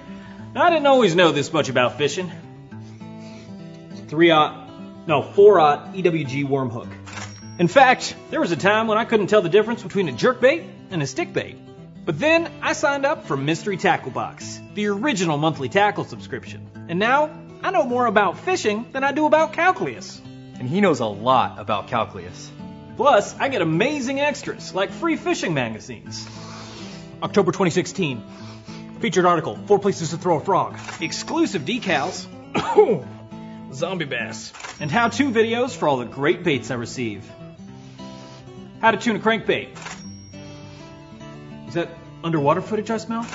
Speaker 8: I didn't always know this much about fishing. Three aught, no, four aught EWG worm hook. In fact, there was a time when I couldn't tell the difference between a jerk bait and a stick bait. But then I signed up for Mystery Tackle Box, the original monthly tackle subscription. And now I know more about fishing than I do about calculus.
Speaker 9: and he knows a lot about Calculus.
Speaker 8: Plus, I get amazing extras like free fishing magazines. October 2016. Featured article Four Places to Throw a Frog. Exclusive decals. (coughs) Zombie bass. And how to videos for all the great baits I receive. How to tune a crankbait. Is that underwater footage I smell?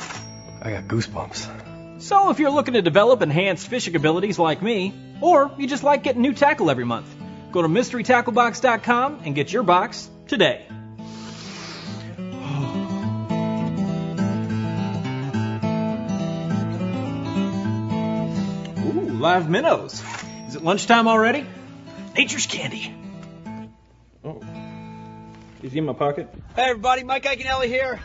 Speaker 9: I got goosebumps.
Speaker 8: So, if you're looking to develop enhanced fishing abilities like me, or you just like getting new tackle every month, go to mysterytacklebox.com and get your box today. Ooh, live minnows. Is it lunchtime already? Nature's candy. Oh. Is he in my pocket?
Speaker 10: Hey everybody, Mike Iaconelli here.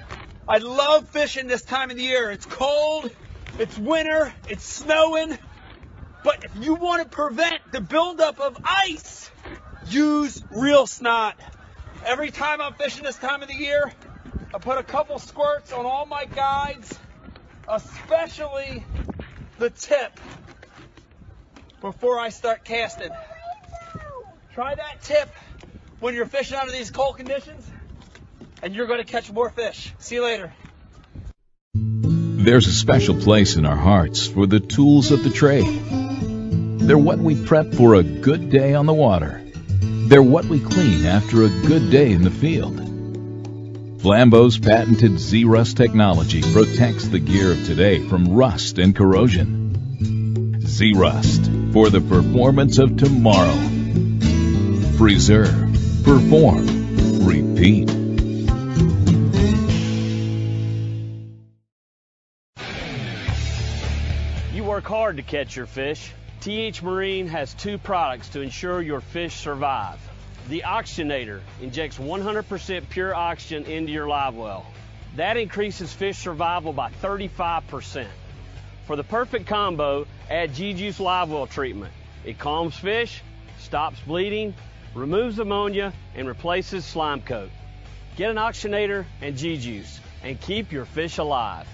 Speaker 10: I love fishing this time of the year. It's cold, it's winter, it's snowing. But if you want to prevent the buildup of ice, use real snot. Every time I'm fishing this time of the year, I put a couple squirts on all my guides, especially the tip, before I start casting. Try that tip when you're fishing under these cold conditions and you're going to catch more fish. See you later.
Speaker 11: There's a special place in our hearts for the tools of the trade. They're what we prep for a good day on the water. They're what we clean after a good day in the field. Flambeau's patented Z Rust technology protects the gear of today from rust and corrosion. Z Rust for the performance of tomorrow. Preserve, perform, repeat.
Speaker 8: You work hard to catch your fish. TH Marine has two products to ensure your fish survive. The oxygenator injects 100% pure oxygen into your live well. That increases fish survival by 35%. For the perfect combo, add G-Juice live well treatment. It calms fish, stops bleeding, removes ammonia, and replaces slime coat. Get an oxygenator and G-Juice and keep your fish alive.